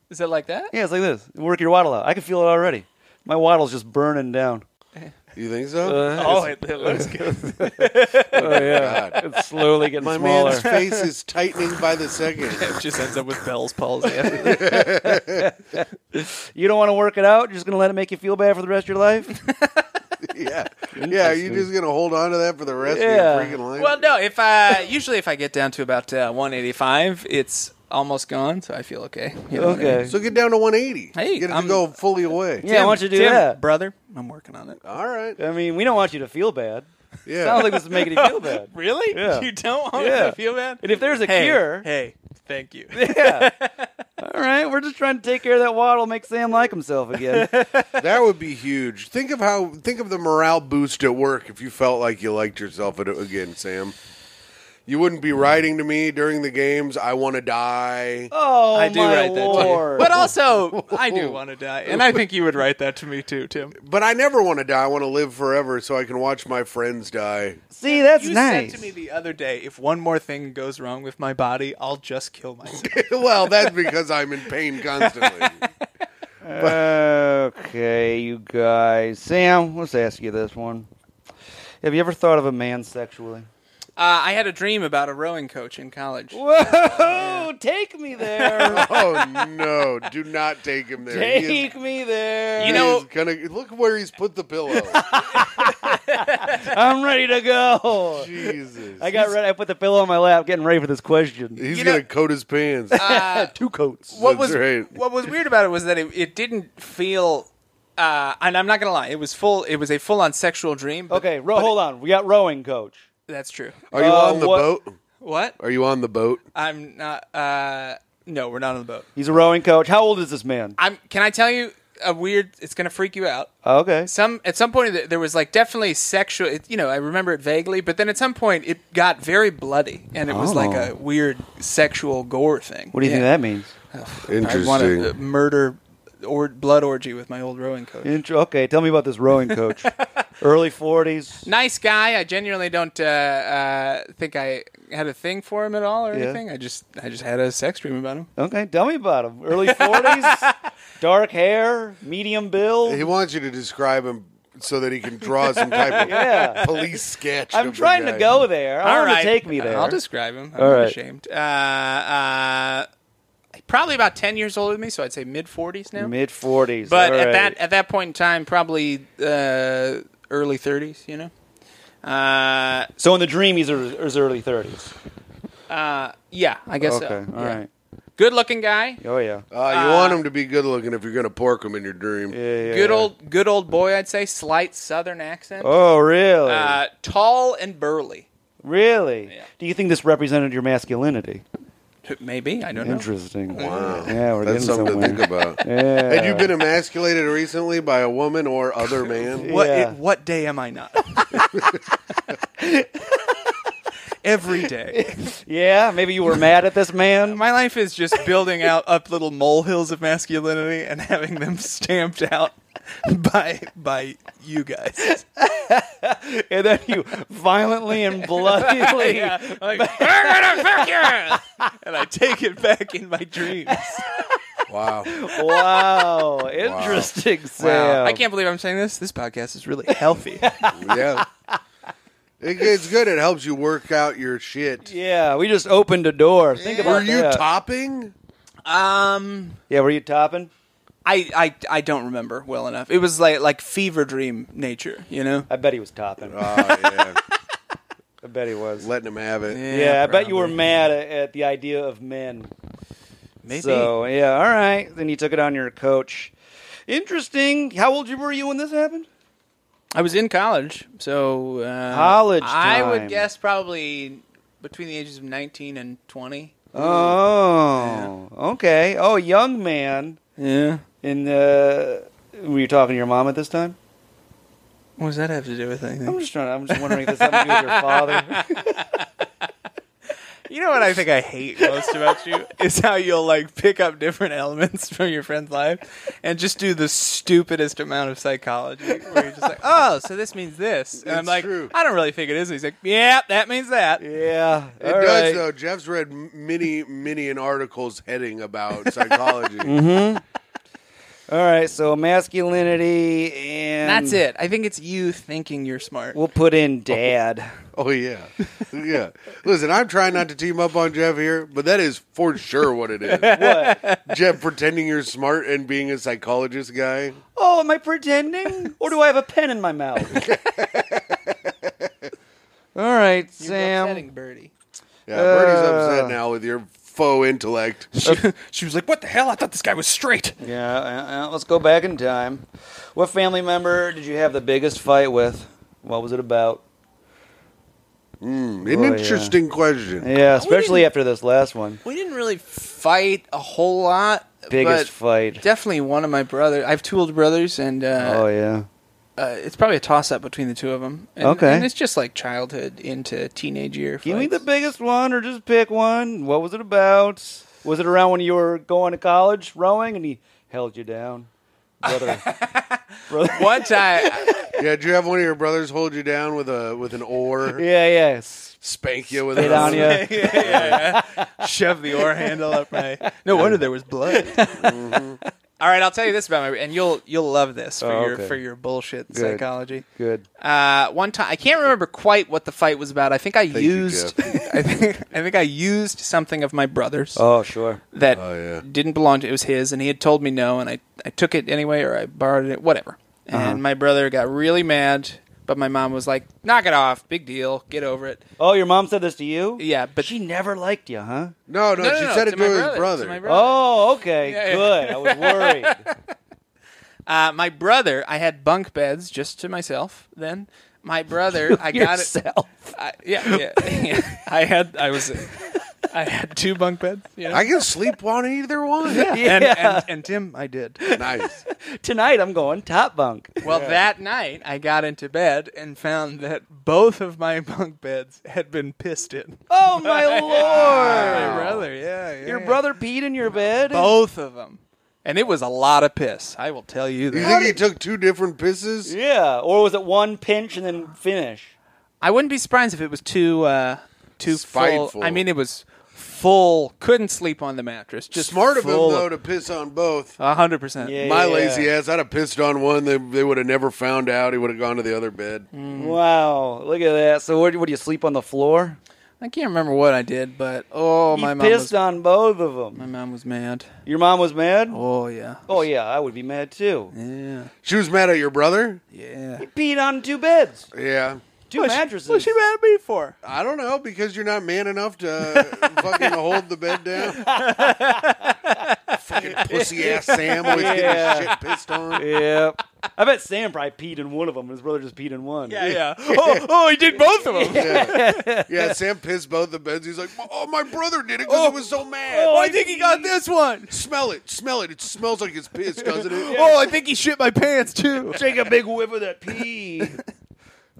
[SPEAKER 2] Is it like that?
[SPEAKER 1] Yeah, it's like this. Work your waddle out. I can feel it already. My waddle's just burning down.
[SPEAKER 3] You think so?
[SPEAKER 1] Uh, [LAUGHS]
[SPEAKER 2] Oh, it, it looks good.
[SPEAKER 1] Oh yeah, [LAUGHS]
[SPEAKER 3] God.
[SPEAKER 1] it's slowly getting
[SPEAKER 3] My
[SPEAKER 1] smaller.
[SPEAKER 3] man's face is tightening by
[SPEAKER 1] [LAUGHS]
[SPEAKER 3] the second. [LAUGHS]
[SPEAKER 2] it just ends up with Bell's [LAUGHS] palsy. after that.
[SPEAKER 1] You don't want to work it out. You're just gonna let it make you feel bad for the rest of your life.
[SPEAKER 3] Yeah, yeah. You're just gonna hold on to that for the rest
[SPEAKER 1] Yeah.
[SPEAKER 3] of your freaking life.
[SPEAKER 2] well, no. If I usually if I get down to about uh, 185, it's almost gone, so I feel okay. You know what I mean?
[SPEAKER 1] [LAUGHS] Okay.
[SPEAKER 3] So get down to 180.
[SPEAKER 2] Hey,
[SPEAKER 3] get it
[SPEAKER 2] I'm-
[SPEAKER 3] to go fully away.
[SPEAKER 1] Yeah, I want you to do
[SPEAKER 2] Tim,
[SPEAKER 1] that.
[SPEAKER 2] brother. I'm working on it.
[SPEAKER 3] All right.
[SPEAKER 1] I mean, we don't want you to feel bad.
[SPEAKER 3] Yeah.
[SPEAKER 1] Sounds like this is making you feel bad.
[SPEAKER 2] Really?
[SPEAKER 1] Yeah.
[SPEAKER 2] You don't want
[SPEAKER 1] Yeah.
[SPEAKER 2] me to feel bad?
[SPEAKER 1] And if there's a
[SPEAKER 2] hey,
[SPEAKER 1] cure,
[SPEAKER 2] hey, thank
[SPEAKER 1] [LAUGHS]
[SPEAKER 2] you.
[SPEAKER 1] yeah. [LAUGHS] All right, we're just trying to take care of that waddle, make Sam like himself again.
[SPEAKER 3] That would be huge. Think of how think of the morale boost at work if you felt like you liked yourself at- again, Sam. You wouldn't be writing to me during the games. I want to die.
[SPEAKER 1] [LAUGHS] Oh,
[SPEAKER 2] I do
[SPEAKER 1] my
[SPEAKER 2] write that
[SPEAKER 1] lord!
[SPEAKER 2] to you. But [LAUGHS] also, I do want to die. And I think you would write that to me too, Tim.
[SPEAKER 3] But I never want to die. I want to live forever so I can watch my friends die.
[SPEAKER 1] See, that's
[SPEAKER 2] you
[SPEAKER 1] nice.
[SPEAKER 2] said to me the other day, if one more thing goes wrong with my body, I'll just kill myself.
[SPEAKER 3] [LAUGHS] well, that's because I'm in pain constantly.
[SPEAKER 1] [LAUGHS] okay, you guys. Sam, let's ask you this one: Have you ever thought of a man sexually?
[SPEAKER 2] [LAUGHS] uh, I had a dream about a rowing coach in college.
[SPEAKER 1] Whoa! Take me [LAUGHS] there.
[SPEAKER 3] oh no, do not take him there. He is-
[SPEAKER 1] take me there.
[SPEAKER 2] You know-
[SPEAKER 3] he is gonna look where he's put the [LAUGHS] pillow.
[SPEAKER 1] I'm ready to go.
[SPEAKER 3] Jesus.
[SPEAKER 1] I got ready. I put the pillow on my lap, getting ready for this question. [LAUGHS]
[SPEAKER 3] He's
[SPEAKER 2] You know-
[SPEAKER 3] gonna coat his pants.
[SPEAKER 2] Uh,
[SPEAKER 1] Two coats.
[SPEAKER 2] what
[SPEAKER 3] That's
[SPEAKER 2] was
[SPEAKER 3] right.
[SPEAKER 2] what was weird about it was that it, it didn't feel. Uh, and I'm not gonna lie, it was full. It was a full on sexual dream. But
[SPEAKER 1] Okay, ro- hold on. We got rowing coach.
[SPEAKER 2] that's true.
[SPEAKER 3] Are you
[SPEAKER 1] uh,
[SPEAKER 3] on the
[SPEAKER 1] what-
[SPEAKER 3] boat?
[SPEAKER 2] What?
[SPEAKER 3] Are you on the boat?
[SPEAKER 2] I'm not. Uh, no, we're not on the boat.
[SPEAKER 1] He's a rowing coach. How old is this man?
[SPEAKER 2] I'm. Can I tell you a weird? It's gonna freak you out.
[SPEAKER 1] Okay.
[SPEAKER 2] some at some point th- there was like definitely sexual it, you know i remember it vaguely but then at some point it got very bloody and it was like a weird sexual gore thing
[SPEAKER 1] Oh. What do you think that means?
[SPEAKER 2] i want to murder or blood orgy with my old rowing coach
[SPEAKER 1] Intro- okay, tell me about this rowing [LAUGHS] coach. Early 40s.
[SPEAKER 2] nice guy i genuinely don't uh, uh, think i had a thing for him at all or
[SPEAKER 1] Yeah.
[SPEAKER 2] anything i just i just had a sex dream about him
[SPEAKER 1] Okay, tell me about him. Early
[SPEAKER 2] [LAUGHS]
[SPEAKER 1] 40s, dark hair, medium
[SPEAKER 3] He
[SPEAKER 1] build.
[SPEAKER 3] wants you to describe him so that he can draw some type [LAUGHS] of
[SPEAKER 1] Yeah.
[SPEAKER 3] police sketch.
[SPEAKER 1] I'm
[SPEAKER 3] of the
[SPEAKER 1] trying to
[SPEAKER 3] guy.
[SPEAKER 1] go there. I
[SPEAKER 2] All
[SPEAKER 1] want him
[SPEAKER 2] right,
[SPEAKER 1] to take me there.
[SPEAKER 2] I'll describe him. I'm
[SPEAKER 1] All
[SPEAKER 2] not
[SPEAKER 1] right.
[SPEAKER 2] ashamed. Uh, uh, probably about ten years older than me, so I'd say mid forties
[SPEAKER 1] [LAUGHS]
[SPEAKER 2] now.
[SPEAKER 1] Mid 40s.
[SPEAKER 2] But
[SPEAKER 1] all
[SPEAKER 2] at
[SPEAKER 1] right.
[SPEAKER 2] that at that point in time, probably uh, early 30s. You know, Uh,
[SPEAKER 1] So in the dream, he's in his early 30s.
[SPEAKER 2] yeah, I guess
[SPEAKER 1] Okay, all
[SPEAKER 2] so.
[SPEAKER 1] right.
[SPEAKER 2] Yeah. Good looking guy.
[SPEAKER 1] Oh, yeah.
[SPEAKER 3] Uh, you want him to be good looking if you're going to pork him in your dream.
[SPEAKER 1] Yeah, yeah,
[SPEAKER 2] Good
[SPEAKER 1] yeah.
[SPEAKER 2] old good old boy, I'd say. Slight southern accent.
[SPEAKER 1] Oh, really?
[SPEAKER 2] Uh, tall and burly.
[SPEAKER 1] really?
[SPEAKER 2] yeah.
[SPEAKER 1] Do you think this represented your masculinity?
[SPEAKER 2] Maybe I don't know.
[SPEAKER 1] Interesting.
[SPEAKER 3] Wow.
[SPEAKER 1] Yeah, we're
[SPEAKER 3] That's
[SPEAKER 1] getting
[SPEAKER 3] something
[SPEAKER 1] somewhere.
[SPEAKER 3] to think [LAUGHS] about.
[SPEAKER 1] Yeah.
[SPEAKER 3] Had you been emasculated recently by a woman or other man?
[SPEAKER 2] What
[SPEAKER 1] Yeah.
[SPEAKER 2] it, what day am I not? [LAUGHS] Every day.
[SPEAKER 1] Yeah, maybe you were mad at this
[SPEAKER 3] [LAUGHS]
[SPEAKER 1] man.
[SPEAKER 2] My life is just building out up little molehills of masculinity and having them stamped out by by you guys.
[SPEAKER 1] And then you violently and bloodily.
[SPEAKER 2] [LAUGHS] Yeah, like, "We're gonna fuck you!" [LAUGHS] and I take it back in my dreams. [LAUGHS]
[SPEAKER 1] [LAUGHS]
[SPEAKER 3] Wow.
[SPEAKER 1] Wow. Interesting, Sam.
[SPEAKER 2] I can't believe I'm saying this. This podcast is really healthy.
[SPEAKER 3] Yeah. It, it's good. It helps you work out your shit.
[SPEAKER 1] Yeah, we just opened a door. Think about
[SPEAKER 3] Were you
[SPEAKER 1] that. [LAUGHS]
[SPEAKER 3] topping?
[SPEAKER 2] [LAUGHS] um,
[SPEAKER 1] yeah, were you topping?
[SPEAKER 2] I, I I don't remember well enough. It was like like fever dream nature, you know.
[SPEAKER 1] I bet he was topping.
[SPEAKER 3] Oh, yeah.
[SPEAKER 1] I bet he was.
[SPEAKER 3] Letting him have it.
[SPEAKER 1] yeah, I bet you were mad at, at the idea of men.
[SPEAKER 2] Maybe.
[SPEAKER 1] So yeah, all right. Then you took it on your coach. Interesting. How old you- were you when this happened?
[SPEAKER 2] I was in college, so uh,
[SPEAKER 1] College
[SPEAKER 2] I
[SPEAKER 1] time.
[SPEAKER 2] would guess probably between the ages of nineteen and twenty.
[SPEAKER 1] Oh, okay. Oh, young man.
[SPEAKER 2] Yeah.
[SPEAKER 1] In the were you talking to your mom at this time?
[SPEAKER 2] What does that have to do with anything?
[SPEAKER 1] I'm just trying. I'm just wondering if this had to do with your father.
[SPEAKER 2] You know what I think I hate most about [LAUGHS] you is how you'll like pick up different elements [LAUGHS] from your friend's life and just do the stupidest amount of psychology where you're just [LAUGHS] like, "Oh, so this means this," and I'm
[SPEAKER 3] It's
[SPEAKER 2] like,
[SPEAKER 3] true.
[SPEAKER 2] "I don't really think it is." And he's like, "Yeah, that means that."
[SPEAKER 1] Yeah,
[SPEAKER 3] It
[SPEAKER 1] all
[SPEAKER 3] does,
[SPEAKER 1] right.
[SPEAKER 3] though. Jeff's read m- many, many an articles heading
[SPEAKER 1] [LAUGHS]
[SPEAKER 3] about psychology.
[SPEAKER 1] Mm-hmm. All right. So masculinity and
[SPEAKER 2] That's it. I think it's you thinking you're smart.
[SPEAKER 1] We'll put in dad.
[SPEAKER 3] Oh, yeah. Yeah. Listen, I'm trying not to team up on Jeff here, but that is for sure what it is.
[SPEAKER 1] [LAUGHS] What?
[SPEAKER 3] Jeff pretending you're smart and being a psychologist guy.
[SPEAKER 1] Oh, am I [LAUGHS] pretending? Or do I have a pen in my mouth? [LAUGHS] All right,
[SPEAKER 2] You're upsetting
[SPEAKER 1] Sam.
[SPEAKER 2] Birdie.
[SPEAKER 3] Yeah, Bertie's
[SPEAKER 1] Uh.
[SPEAKER 3] upset now with your faux intellect.
[SPEAKER 2] she was like, "What the hell? I thought this guy was straight."
[SPEAKER 1] Yeah, uh, uh, let's go back in time. What family member did you have the biggest fight with? What was it about?
[SPEAKER 3] Hmm, An
[SPEAKER 1] Oh, yeah.
[SPEAKER 3] interesting question.
[SPEAKER 1] Yeah, especially
[SPEAKER 2] didn't-
[SPEAKER 1] after this last one.
[SPEAKER 2] We didn't really fight a whole lot.
[SPEAKER 1] Biggest
[SPEAKER 2] but
[SPEAKER 1] fight.
[SPEAKER 2] Definitely one of my brothers. I have two older brothers, and
[SPEAKER 1] oh
[SPEAKER 2] uh,
[SPEAKER 1] yeah.
[SPEAKER 2] uh, it's probably a toss up between the two of them. And,
[SPEAKER 1] Okay.
[SPEAKER 2] and it's just like childhood into teenage year.
[SPEAKER 1] Give me the
[SPEAKER 2] fights.
[SPEAKER 1] biggest one, or just pick one. What was it about? Was it around when you were going to college rowing, and he held you down,
[SPEAKER 2] [LAUGHS]
[SPEAKER 1] brother? brother.
[SPEAKER 2] one [LAUGHS] time. I-
[SPEAKER 3] Yeah, did you have one of your brothers hold you down with a with an oar,
[SPEAKER 1] [LAUGHS] Yeah, yeah.
[SPEAKER 3] spank you with
[SPEAKER 1] Spit
[SPEAKER 3] it?
[SPEAKER 1] on you.
[SPEAKER 2] yeah, [LAUGHS] yeah, yeah. Shove the oar handle up my. No wonder there was blood. All right, I'll tell you this about my, and you'll you'll love this for
[SPEAKER 1] Mm-hmm. Oh,
[SPEAKER 2] your
[SPEAKER 1] okay.
[SPEAKER 2] for your bullshit
[SPEAKER 1] Good.
[SPEAKER 2] psychology.
[SPEAKER 1] Good.
[SPEAKER 2] uh, one time I can't remember quite what the fight was about. I think I
[SPEAKER 3] you,
[SPEAKER 2] used [LAUGHS] I think I think I used something of my brother's
[SPEAKER 1] Oh, sure.
[SPEAKER 2] that
[SPEAKER 3] Oh, yeah.
[SPEAKER 2] didn't belong to it was his and he had told me no and I, I took it anyway or I borrowed it whatever. And my brother got really mad, but my mom was like, "Knock it off, big deal, get over it."
[SPEAKER 1] Oh, your mom said this to you?
[SPEAKER 2] Yeah, but
[SPEAKER 1] She never liked you, huh?
[SPEAKER 3] No, no,
[SPEAKER 2] No, no,
[SPEAKER 3] she
[SPEAKER 2] no,
[SPEAKER 3] said it to,
[SPEAKER 2] my
[SPEAKER 3] his
[SPEAKER 2] brother,
[SPEAKER 3] brother.
[SPEAKER 2] to my brother.
[SPEAKER 1] Oh, okay.
[SPEAKER 2] Yeah, yeah.
[SPEAKER 1] Good. I was worried.
[SPEAKER 2] Uh, my brother, I had bunk beds just to myself then. My [LAUGHS] brother, [LAUGHS] I got it.
[SPEAKER 1] Yourself.
[SPEAKER 2] I, yeah, yeah, yeah. I had I was I had two bunk beds. You know?
[SPEAKER 3] I can sleep on either
[SPEAKER 2] [LAUGHS]
[SPEAKER 3] one.
[SPEAKER 2] and,
[SPEAKER 1] Yeah.
[SPEAKER 2] and, and Tim, I did.
[SPEAKER 3] Nice.
[SPEAKER 1] Tonight I'm going top bunk.
[SPEAKER 2] Well, that night I got into bed and found that both of my [LAUGHS] bunk beds had been pissed in.
[SPEAKER 1] Oh
[SPEAKER 2] [LAUGHS]
[SPEAKER 1] my lord!
[SPEAKER 2] My brother, yeah, yeah.
[SPEAKER 1] Your brother peed in your bed.
[SPEAKER 2] both of them, and it was a lot of piss. I will tell you
[SPEAKER 3] You
[SPEAKER 2] that.
[SPEAKER 3] think he took two different pisses?
[SPEAKER 1] Yeah. Or was it one pinch and then finish?
[SPEAKER 2] I wouldn't be surprised if it was too, uh, too
[SPEAKER 3] Spiteful.
[SPEAKER 2] full. I mean, it was full. Couldn't sleep on the mattress. Just
[SPEAKER 3] Smart of him
[SPEAKER 2] full
[SPEAKER 3] though to piss on both.
[SPEAKER 2] A hundred percent.
[SPEAKER 1] Yeah.
[SPEAKER 3] My lazy ass, I'd have pissed on one. They, they would have never found out. He would have gone to the other bed.
[SPEAKER 1] Mm. Wow! Look at that. So what? What do you sleep on the floor?
[SPEAKER 2] I can't remember what I did, but oh,
[SPEAKER 1] He
[SPEAKER 2] my mom
[SPEAKER 1] pissed
[SPEAKER 2] was,
[SPEAKER 1] on both of
[SPEAKER 2] my
[SPEAKER 1] them.
[SPEAKER 2] mom was mad.
[SPEAKER 1] Your mom was mad.
[SPEAKER 2] Oh yeah,
[SPEAKER 1] Oh yeah, I would be mad too.
[SPEAKER 2] yeah,
[SPEAKER 3] She was mad at your brother.
[SPEAKER 2] yeah.
[SPEAKER 1] Peed on two beds.
[SPEAKER 3] Yeah,
[SPEAKER 1] Two
[SPEAKER 2] What's-
[SPEAKER 1] mattresses.
[SPEAKER 2] What's she mad at me for?
[SPEAKER 3] I don't know because you're not man enough
[SPEAKER 1] [LAUGHS]
[SPEAKER 3] to fucking hold the bed down. fucking pussy ass Sam always getting his
[SPEAKER 1] Yeah.
[SPEAKER 3] shit pissed on.
[SPEAKER 1] yep. I bet Sam probably peed in one of them. and His brother just peed in one.
[SPEAKER 2] Yeah, [LAUGHS] yeah. oh, oh, he did both of [LAUGHS] them.
[SPEAKER 3] Yeah.
[SPEAKER 2] [LAUGHS]
[SPEAKER 3] yeah, Sam pissed both the beds. He's like, "Oh, my brother did it because he was so mad."
[SPEAKER 2] Oh, I think he got this one.
[SPEAKER 3] Smell it, smell it. It smells like it's piss,
[SPEAKER 2] [LAUGHS]
[SPEAKER 3] doesn't it?
[SPEAKER 2] Oh, I think he shit my pants too.
[SPEAKER 1] [LAUGHS] Take a big whip of that
[SPEAKER 2] [LAUGHS]
[SPEAKER 1] pee.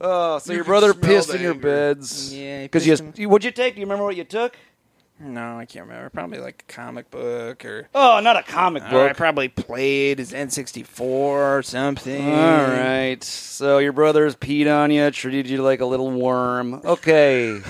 [SPEAKER 1] Oh, so your
[SPEAKER 3] can
[SPEAKER 1] brother
[SPEAKER 3] smell
[SPEAKER 1] pissed
[SPEAKER 3] the
[SPEAKER 1] in your
[SPEAKER 3] anger.
[SPEAKER 1] beds.
[SPEAKER 2] Yeah, he
[SPEAKER 1] because you,
[SPEAKER 2] pissed in-
[SPEAKER 1] you- what'd you take? Do you remember what you took?
[SPEAKER 2] No, I can't remember. Probably like a comic book or.
[SPEAKER 1] Oh, not a comic
[SPEAKER 2] Or I
[SPEAKER 1] book.
[SPEAKER 2] probably played his N64 or something.
[SPEAKER 1] All right. So your brother's peed on you, treated you like a little worm. Okay.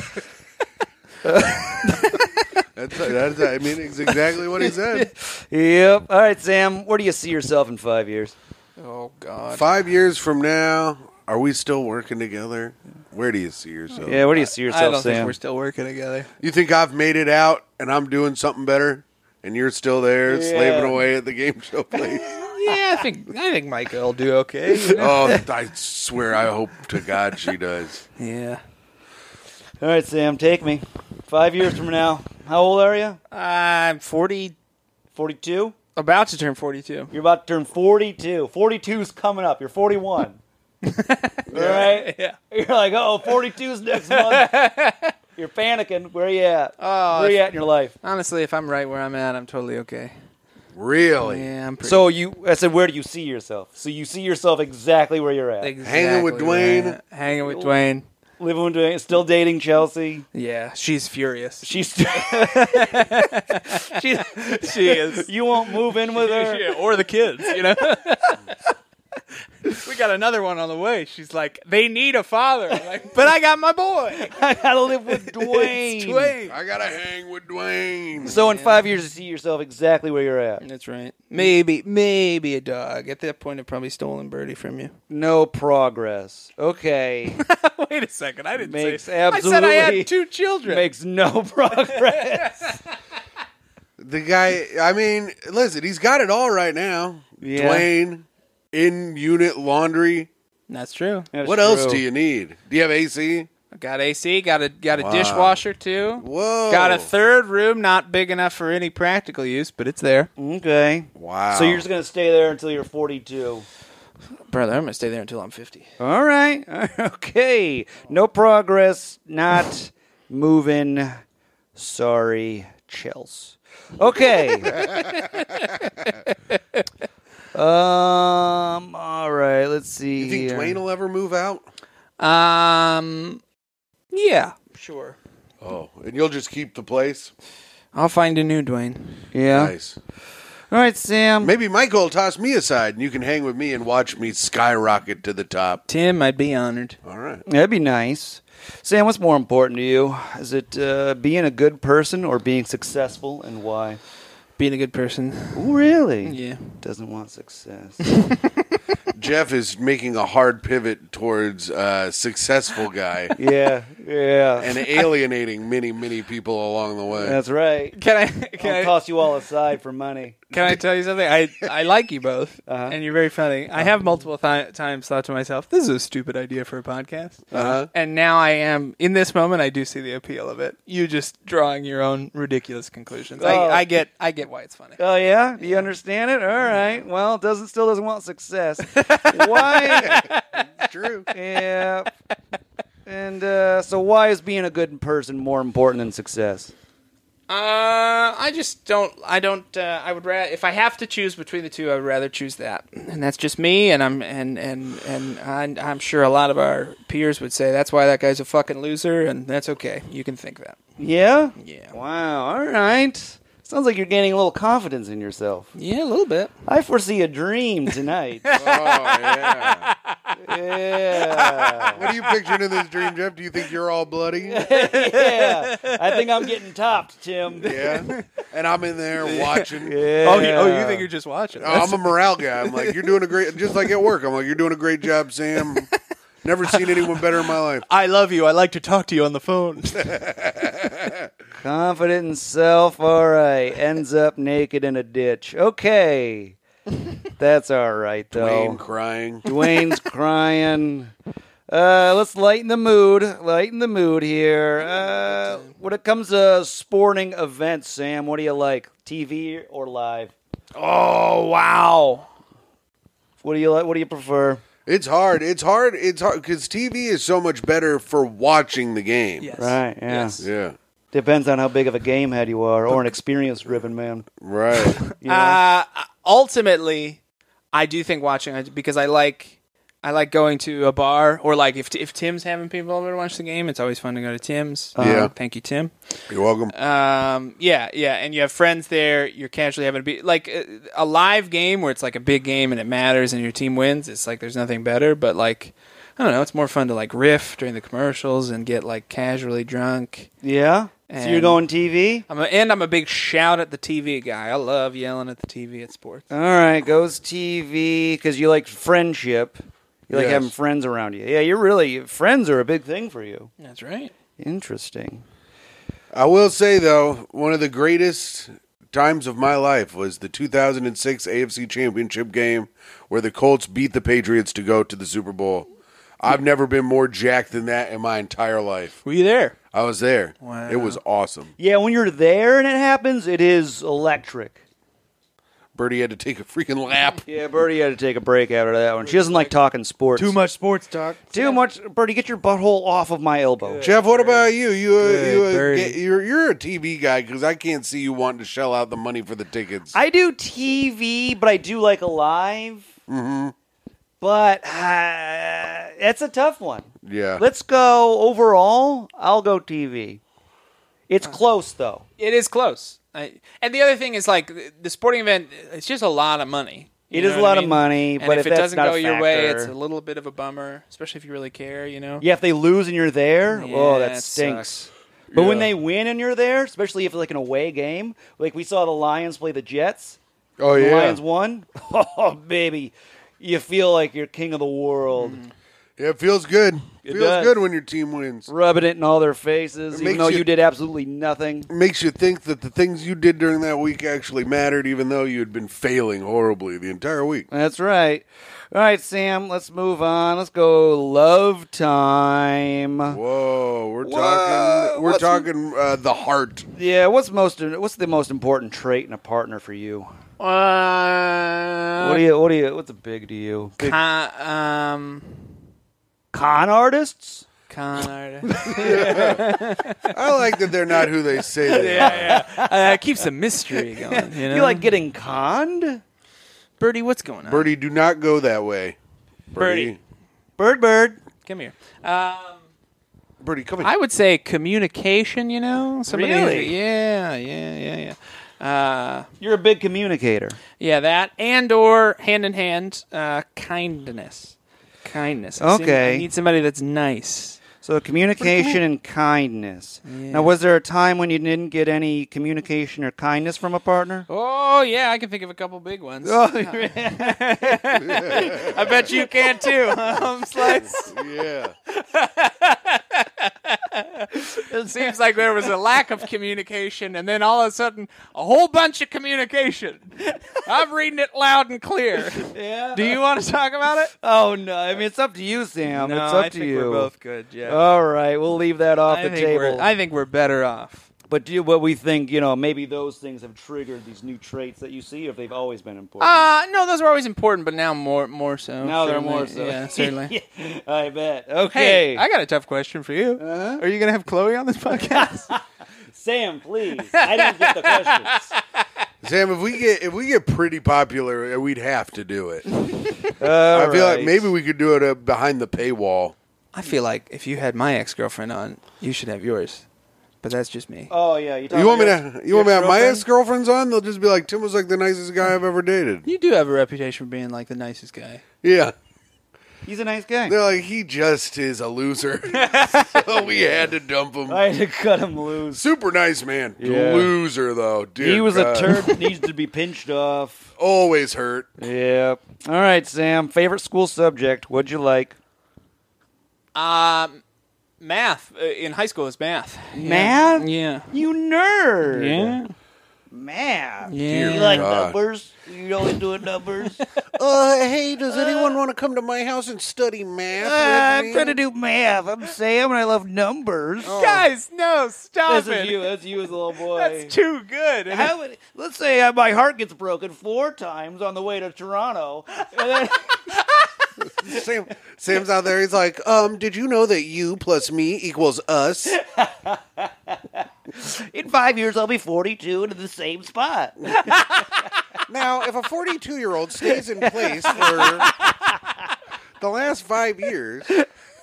[SPEAKER 3] That's, that's, I mean, it's exactly what
[SPEAKER 2] [LAUGHS]
[SPEAKER 3] he said.
[SPEAKER 1] yep. All right, Sam. Where do you see yourself in five years?
[SPEAKER 2] Oh, God.
[SPEAKER 3] Five years from now, are we still working together? Where do you see yourself?
[SPEAKER 1] Yeah. Where do you see
[SPEAKER 2] I
[SPEAKER 1] yourself,
[SPEAKER 2] don't think
[SPEAKER 1] Sam?
[SPEAKER 2] we're still working together.
[SPEAKER 3] You think I've made it out and I'm doing something better, and you're still there
[SPEAKER 1] Yeah.
[SPEAKER 3] slaving away at the game [LAUGHS] show place?
[SPEAKER 2] yeah, I think I think Micah will do okay. you know?
[SPEAKER 3] oh, I swear, I hope to God she does.
[SPEAKER 2] [LAUGHS] [LAUGHS] Yeah.
[SPEAKER 1] All right, Sam. Take me. Five years from now. How old are you?
[SPEAKER 2] I'm 40,
[SPEAKER 1] Forty-two.
[SPEAKER 2] about to turn 42.
[SPEAKER 1] You're about to turn 42. 42's coming up. You're [LAUGHS] 41. All right?
[SPEAKER 2] Yeah.
[SPEAKER 1] You're like, oh, 42's next
[SPEAKER 2] [LAUGHS]
[SPEAKER 1] month. You're panicking. Where you at?
[SPEAKER 2] Oh,
[SPEAKER 1] Where you at in your life?
[SPEAKER 2] Honestly, if I'm right where I'm at, I'm totally okay.
[SPEAKER 3] Really,
[SPEAKER 2] Yeah, I'm pretty.
[SPEAKER 1] So you, I said, where do you see yourself? So you see yourself exactly where you're at.
[SPEAKER 2] exactly
[SPEAKER 3] Hanging with
[SPEAKER 2] where I'm
[SPEAKER 3] Dwayne.
[SPEAKER 2] at. Hanging with Dwayne.
[SPEAKER 1] Living with Dwayne, still dating Chelsea.
[SPEAKER 2] Yeah, she's furious.
[SPEAKER 1] She's still,
[SPEAKER 2] she, [LAUGHS] she is.
[SPEAKER 1] you won't move in with her.
[SPEAKER 2] Yeah, or the kids, you know. [LAUGHS] we got another one on the way. She's like, they need a father. I'm like, but I got my boy.
[SPEAKER 1] [LAUGHS]
[SPEAKER 2] [LAUGHS]
[SPEAKER 1] I gotta live with
[SPEAKER 2] It's
[SPEAKER 1] Dwayne.
[SPEAKER 2] Dwayne.
[SPEAKER 3] I gotta hang with Dwayne.
[SPEAKER 1] So in five years, you see yourself exactly where you're at.
[SPEAKER 2] That's right. Maybe, maybe a dog. At that point, I've probably stolen Birdie from you.
[SPEAKER 1] No progress. Okay.
[SPEAKER 2] [LAUGHS] Wait a second. I didn't
[SPEAKER 1] Makes
[SPEAKER 2] say. I said I
[SPEAKER 1] absolutely-
[SPEAKER 2] had two children.
[SPEAKER 1] Makes no [LAUGHS] progress.
[SPEAKER 3] The guy, I mean, listen, he's got it all right now.
[SPEAKER 1] Yeah.
[SPEAKER 3] Dwayne, in unit laundry.
[SPEAKER 2] That's true.
[SPEAKER 1] That's
[SPEAKER 3] what else
[SPEAKER 1] true.
[SPEAKER 3] do you need? Do you have AC?
[SPEAKER 2] I got AC. Got a got a dishwasher too.
[SPEAKER 3] Whoa.
[SPEAKER 2] Got a third room, not big enough for any practical use, but it's there.
[SPEAKER 1] Okay.
[SPEAKER 3] Wow.
[SPEAKER 1] So you're just gonna stay there until you're 42.
[SPEAKER 2] Brother, I'm gonna stay there until I'm 50.
[SPEAKER 1] All right. [LAUGHS] Okay. No progress. Not moving. Sorry, Chels. Okay. um. All right. Let's see.
[SPEAKER 3] You think
[SPEAKER 1] here.
[SPEAKER 3] Dwayne will ever move out?
[SPEAKER 2] Um, yeah, sure.
[SPEAKER 3] Oh, and you'll just keep the place?
[SPEAKER 2] I'll find a new Dwayne.
[SPEAKER 1] Yeah.
[SPEAKER 3] Nice.
[SPEAKER 1] All right, Sam.
[SPEAKER 3] Maybe Michael will toss me aside and you can hang with me and watch me skyrocket to the top.
[SPEAKER 2] Tim, I'd be honored.
[SPEAKER 3] All right.
[SPEAKER 1] That'd be nice. Sam, what's more important to you? Is it uh, being a good person or being successful, and why?
[SPEAKER 2] Being a good person.
[SPEAKER 1] Ooh, really?
[SPEAKER 2] Yeah.
[SPEAKER 1] Doesn't want success.
[SPEAKER 3] [LAUGHS]
[SPEAKER 1] [LAUGHS]
[SPEAKER 3] Jeff is making a hard pivot towards uh, successful guy
[SPEAKER 1] [LAUGHS] yeah. Yeah.
[SPEAKER 3] and alienating many, many people along the way.
[SPEAKER 1] That's right.
[SPEAKER 2] Can I [LAUGHS] can
[SPEAKER 1] I'll
[SPEAKER 2] I,
[SPEAKER 1] toss you all aside for money.
[SPEAKER 2] can I tell you something? I I like you both,
[SPEAKER 1] [LAUGHS] Uh-huh.
[SPEAKER 2] and you're very funny. I have multiple th- times thought to myself, "This is a stupid idea for a podcast,"
[SPEAKER 3] Uh-huh.
[SPEAKER 2] and now I am in this moment. I do see the appeal of it. You just drawing your own ridiculous conclusions.
[SPEAKER 1] Oh.
[SPEAKER 2] I, I get I get why it's funny.
[SPEAKER 1] Oh yeah, do you understand it? All right. Well, doesn't still doesn't want success. why?
[SPEAKER 3] True.
[SPEAKER 1] Yeah. And uh, so, why is being a good person more important than success?
[SPEAKER 2] Uh, I just don't. I don't. Uh, I would rather if I have to choose between the two, I would rather choose that. And that's just me. And I'm and and and I'm, I'm sure a lot of our peers would say that's why that guy's a fucking loser, and that's okay. You can think that.
[SPEAKER 1] Yeah.
[SPEAKER 2] Yeah.
[SPEAKER 1] Wow. All right. Sounds like you're gaining a little confidence in yourself.
[SPEAKER 2] Yeah, a little bit.
[SPEAKER 1] I foresee a dream tonight.
[SPEAKER 3] Oh, yeah.
[SPEAKER 1] yeah.
[SPEAKER 3] What are you picturing in this dream, Jeff? Do you think you're all bloody?
[SPEAKER 1] Yeah. I think I'm getting topped, Tim.
[SPEAKER 3] Yeah. And I'm in there watching.
[SPEAKER 1] Yeah.
[SPEAKER 2] Oh, you, oh, you think you're just watching?
[SPEAKER 3] Oh, I'm a morale guy. I'm like, you're doing a great, just like at work. I'm like, you're doing a great job, Sam. Never seen anyone better in my life.
[SPEAKER 2] I love you. I like to talk to you on the phone.
[SPEAKER 1] Confident in self, all right. Ends up naked in a ditch. Okay. That's all right,
[SPEAKER 3] Wayne
[SPEAKER 1] though.
[SPEAKER 3] crying.
[SPEAKER 1] Dwayne's crying. Uh, let's lighten the mood. Lighten the mood here. Uh, when it comes to sporting events, Sam, what do you like? TV or live?
[SPEAKER 2] [LAUGHS] Oh wow.
[SPEAKER 1] What do you like? What do you prefer?
[SPEAKER 3] It's hard. It's hard. It's hard because TV is so much better for watching the game.
[SPEAKER 2] Yes.
[SPEAKER 1] Right, yeah.
[SPEAKER 2] Yes.
[SPEAKER 3] Yeah.
[SPEAKER 1] Depends on how big of a game head you are, or an experience-driven man.
[SPEAKER 3] Right.
[SPEAKER 1] You know?
[SPEAKER 2] Uh, ultimately, I do think watching I- because I like I like going to a bar or like if if Tim's having people over to watch the game, it's always fun to go to Tim's.
[SPEAKER 3] Yeah.
[SPEAKER 2] thank you, Tim.
[SPEAKER 3] You're welcome.
[SPEAKER 2] Um, yeah, yeah, and you have friends there. You're casually having a be like uh, a live game where it's like a big game and it matters and your team wins. It's like there's nothing better, but like. I don't know. It's more fun to like riff during the commercials and get like casually drunk.
[SPEAKER 1] yeah. So you're
[SPEAKER 2] and-
[SPEAKER 1] going TV?
[SPEAKER 2] I'm a, and I'm a big shout at the TV guy. I love yelling at the TV at sports.
[SPEAKER 1] All right, goes TV because you like friendship. You like
[SPEAKER 3] Yes.
[SPEAKER 1] having friends around you. Yeah, you're really friends are a big thing for you.
[SPEAKER 2] That's right.
[SPEAKER 1] Interesting.
[SPEAKER 3] I will say though, one of the greatest times of my life was the 2006 AFC Championship game where the Colts beat the Patriots to go to the Super Bowl. I've never been more jacked than that in my entire life.
[SPEAKER 2] Were you there?
[SPEAKER 3] I was there. It was awesome.
[SPEAKER 1] Yeah, when you're there and it happens, it is electric.
[SPEAKER 3] Birdie had to take a freaking lap.
[SPEAKER 1] [LAUGHS] Yeah, Birdie had to take a break after that one. She doesn't like talking sports.
[SPEAKER 4] Too much sports talk.
[SPEAKER 1] Too much. Birdie, get your butthole off of my elbow.
[SPEAKER 3] Jeff, what about you? You, uh, you uh,
[SPEAKER 4] Birdie.
[SPEAKER 3] get- you're you're a TV guy because I can't see you wanting to shell out the money for the tickets.
[SPEAKER 1] I do TV, but I do like Alive. Mm-hmm. But uh, that's a tough one.
[SPEAKER 3] yeah,
[SPEAKER 1] Let's go overall. I'll go TV. It's close though.
[SPEAKER 2] It is close. I, and the other thing is like the- the sporting event. It's just a lot of money. You
[SPEAKER 1] It is
[SPEAKER 2] know
[SPEAKER 1] a
[SPEAKER 2] what I
[SPEAKER 1] lot of
[SPEAKER 2] mean?
[SPEAKER 1] money,
[SPEAKER 2] And
[SPEAKER 1] but if
[SPEAKER 2] if, it
[SPEAKER 1] that's
[SPEAKER 2] doesn't
[SPEAKER 1] not a
[SPEAKER 2] go your way,
[SPEAKER 1] factor-
[SPEAKER 2] it's a little bit of a bummer, especially if you really care. You know.
[SPEAKER 1] Yeah, if they lose and you're there, oh,
[SPEAKER 2] Yeah,
[SPEAKER 1] that
[SPEAKER 2] it
[SPEAKER 1] stinks.
[SPEAKER 2] sucks.
[SPEAKER 1] But when
[SPEAKER 3] Yeah.
[SPEAKER 1] they win and you're there, especially if like an away game, like we saw the Lions play the Jets.
[SPEAKER 3] oh
[SPEAKER 1] The
[SPEAKER 3] yeah,
[SPEAKER 1] Lions won. [LAUGHS] Oh, baby, you feel like you're king of the world,
[SPEAKER 3] Yeah, it feels good.
[SPEAKER 1] It
[SPEAKER 3] feels
[SPEAKER 1] does.
[SPEAKER 3] good when your team wins.
[SPEAKER 1] rubbing it in all their faces, even
[SPEAKER 3] makes
[SPEAKER 1] though
[SPEAKER 3] you-
[SPEAKER 1] you did absolutely nothing.
[SPEAKER 3] makes you think that the things you did during that week actually mattered, even though you had been failing horribly the entire week.
[SPEAKER 1] That's right. All right, Sam, let's move on. Let's go love time.
[SPEAKER 3] Whoa, we're
[SPEAKER 1] Whoa,
[SPEAKER 3] talking. We're
[SPEAKER 1] what's-
[SPEAKER 3] talking uh, the heart.
[SPEAKER 1] Yeah, what's most what's the most important trait in a partner for you?
[SPEAKER 2] Uh,
[SPEAKER 1] What do you what do you what's big to you? Big
[SPEAKER 2] Con, um,
[SPEAKER 1] con artists?
[SPEAKER 2] con
[SPEAKER 1] [LAUGHS]
[SPEAKER 2] artist.
[SPEAKER 3] I like that they're not who they say they are.
[SPEAKER 2] uh, keeps the
[SPEAKER 1] [LAUGHS]
[SPEAKER 2] mystery going. You know.
[SPEAKER 1] You like getting conned?
[SPEAKER 2] Birdie? What's going on?
[SPEAKER 3] Birdie, do not go that way.
[SPEAKER 2] Birdie.
[SPEAKER 1] Bird bird.
[SPEAKER 2] Come here. Um,
[SPEAKER 3] Birdie, come
[SPEAKER 2] I
[SPEAKER 3] here.
[SPEAKER 2] would say communication. You know, somebody.
[SPEAKER 1] Really?
[SPEAKER 2] Yeah, yeah, yeah, yeah. Uh,
[SPEAKER 1] You're a big communicator.
[SPEAKER 2] Yeah, that and or hand in hand uh, kindness, kindness. I seem-
[SPEAKER 1] Okay.
[SPEAKER 2] I need somebody that's nice.
[SPEAKER 1] So communication and kindness. Now was there a time when you didn't get any communication or kindness from a partner?
[SPEAKER 2] Oh yeah, I can think of a couple big ones.
[SPEAKER 1] Oh,
[SPEAKER 2] [LAUGHS]
[SPEAKER 1] [LAUGHS]
[SPEAKER 2] I bet you can too, [LAUGHS] huh, Home Slice.
[SPEAKER 3] Yeah.
[SPEAKER 2] It seems like there was a lack of communication, and then all of a sudden, a whole bunch of communication. I'm reading it loud and clear.
[SPEAKER 1] yeah.
[SPEAKER 2] Do you want to talk about it?
[SPEAKER 1] Oh no. I mean it's up to you, Sam. Um, it's up to you.
[SPEAKER 2] good. Yeah,
[SPEAKER 1] All right, we'll leave that off
[SPEAKER 2] I
[SPEAKER 1] the
[SPEAKER 2] think
[SPEAKER 1] table.
[SPEAKER 2] we're I think we're better off.
[SPEAKER 1] But do you, what we think, you know, maybe those things have triggered these new traits that you see, or if they've always been important.
[SPEAKER 2] Uh no, those were always important, but now more more so.
[SPEAKER 1] now they're
[SPEAKER 2] certainly.
[SPEAKER 1] more so. [LAUGHS]
[SPEAKER 2] Yeah, certainly. [LAUGHS]
[SPEAKER 1] I Uh-huh. bet.
[SPEAKER 2] Hey,
[SPEAKER 1] Okay,
[SPEAKER 2] I got a tough question for you. Uh, Are you gonna have Chloe [LAUGHS] on this podcast?
[SPEAKER 1] Sam, please. I didn't get the [LAUGHS] questions.
[SPEAKER 3] Sam, if we get if we get pretty popular, uh, we'd have to do it.
[SPEAKER 1] All
[SPEAKER 3] I feel like
[SPEAKER 1] right.
[SPEAKER 3] maybe we could do it uh, behind the paywall.
[SPEAKER 2] I feel like if you had my ex girlfriend on, you should have yours. But that's just me.
[SPEAKER 1] Oh yeah, you,
[SPEAKER 3] You want me to? You want me to have my ex girlfriends on? They'll just be like, Tim was like the nicest guy I've ever dated.
[SPEAKER 2] You do have a reputation for being like the nicest guy.
[SPEAKER 3] Yeah.
[SPEAKER 1] He's a nice guy.
[SPEAKER 3] They're like, he just is a loser. so we had to dump
[SPEAKER 1] [LAUGHS]
[SPEAKER 3] him.
[SPEAKER 1] I had to cut him loose.
[SPEAKER 3] Super nice man.
[SPEAKER 1] Yeah.
[SPEAKER 3] Loser though. Dear
[SPEAKER 1] he was
[SPEAKER 3] God.
[SPEAKER 1] a turd that needs to be pinched [LAUGHS] off.
[SPEAKER 3] Always hurt.
[SPEAKER 1] Yeah. All right, Sam. Favorite school subject? What'd you like?
[SPEAKER 2] Um, math uh, in high school is math.
[SPEAKER 1] Math?
[SPEAKER 2] Yeah.
[SPEAKER 1] You nerd.
[SPEAKER 2] Yeah.
[SPEAKER 1] math.
[SPEAKER 2] Yeah.
[SPEAKER 1] You like
[SPEAKER 3] God.
[SPEAKER 1] numbers? You always doing numbers?
[SPEAKER 4] Uh, hey, does anyone want to come to my house and study math?
[SPEAKER 1] Ah,
[SPEAKER 4] with
[SPEAKER 1] I'm
[SPEAKER 4] me?
[SPEAKER 1] trying to do math. I'm Sam and I love numbers.
[SPEAKER 2] Oh. Guys, no, stop
[SPEAKER 1] This
[SPEAKER 2] it.
[SPEAKER 1] is you. That's you as a [LAUGHS] little boy.
[SPEAKER 2] That's too good. And
[SPEAKER 1] How would, let's say uh, my heart gets broken four times on the way to Toronto. And then,
[SPEAKER 4] Sam, Sam's out there. He's like, um, did you know that you plus me equals us?
[SPEAKER 1] [LAUGHS] in five years, I'll be 42 and in the same spot.
[SPEAKER 4] Now, if a 42 year old stays in place for the last five years,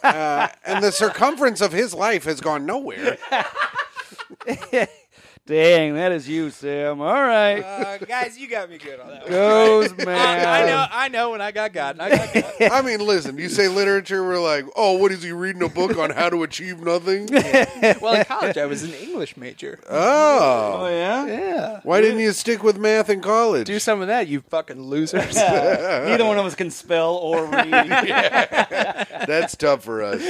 [SPEAKER 4] uh, and the circumference of his life has gone nowhere,
[SPEAKER 1] [LAUGHS] Dang, that is you, Sam. All right.
[SPEAKER 2] Uh, guys, you got me good on that.
[SPEAKER 1] [LAUGHS]
[SPEAKER 2] one.
[SPEAKER 1] Goes man.
[SPEAKER 2] I know, I know when I got gotten. I got [LAUGHS] gotten.
[SPEAKER 3] I mean, listen, you say literature, we're like, oh, what is he reading a book on how to
[SPEAKER 2] [LAUGHS]
[SPEAKER 3] achieve nothing?
[SPEAKER 2] well, in college, I was an English major.
[SPEAKER 3] Oh.
[SPEAKER 1] Oh, yeah?
[SPEAKER 2] Yeah.
[SPEAKER 3] Why didn't you stick with math in college? [LAUGHS]
[SPEAKER 2] Do some of that, you fucking losers.
[SPEAKER 1] Neither one of us can spell [LAUGHS] or read.
[SPEAKER 3] That's tough
[SPEAKER 2] [LAUGHS]
[SPEAKER 3] for us.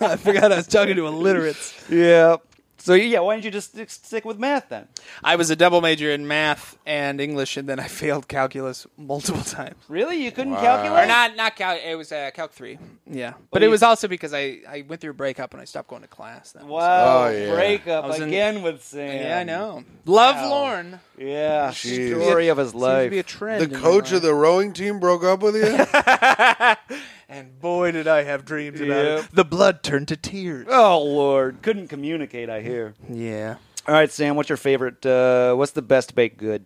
[SPEAKER 2] I forgot I was talking to illiterates.
[SPEAKER 1] yeah. So, yeah, why don't you just stick- stick with math then?
[SPEAKER 2] I was a double major in math and English, and then I [LAUGHS] failed calculus multiple times.
[SPEAKER 1] Really? You couldn't
[SPEAKER 2] Or
[SPEAKER 1] calculate?
[SPEAKER 2] not, not calc. It was uh, calc three. Yeah, but
[SPEAKER 1] you-
[SPEAKER 2] it was also because I, I went through a breakup and I stopped going to class. That was-
[SPEAKER 1] Wow.
[SPEAKER 3] Oh, yeah.
[SPEAKER 1] Breakup
[SPEAKER 2] I was in-
[SPEAKER 1] again with Sam.
[SPEAKER 2] Yeah, I know. Love
[SPEAKER 1] Wow.
[SPEAKER 2] Lorne.
[SPEAKER 1] Yeah.
[SPEAKER 3] Jeez.
[SPEAKER 1] Story of his
[SPEAKER 2] Seems to
[SPEAKER 1] life.
[SPEAKER 2] be a trend.
[SPEAKER 3] The coach of the rowing team broke up with you?
[SPEAKER 2] and boy did I have dreams about
[SPEAKER 1] Yep.
[SPEAKER 2] it. The blood turned to tears.
[SPEAKER 1] Oh Lord, couldn't communicate. I hear.
[SPEAKER 2] Yeah.
[SPEAKER 1] [LAUGHS] All right, Sam. What's your favorite? Uh, what's the best baked good?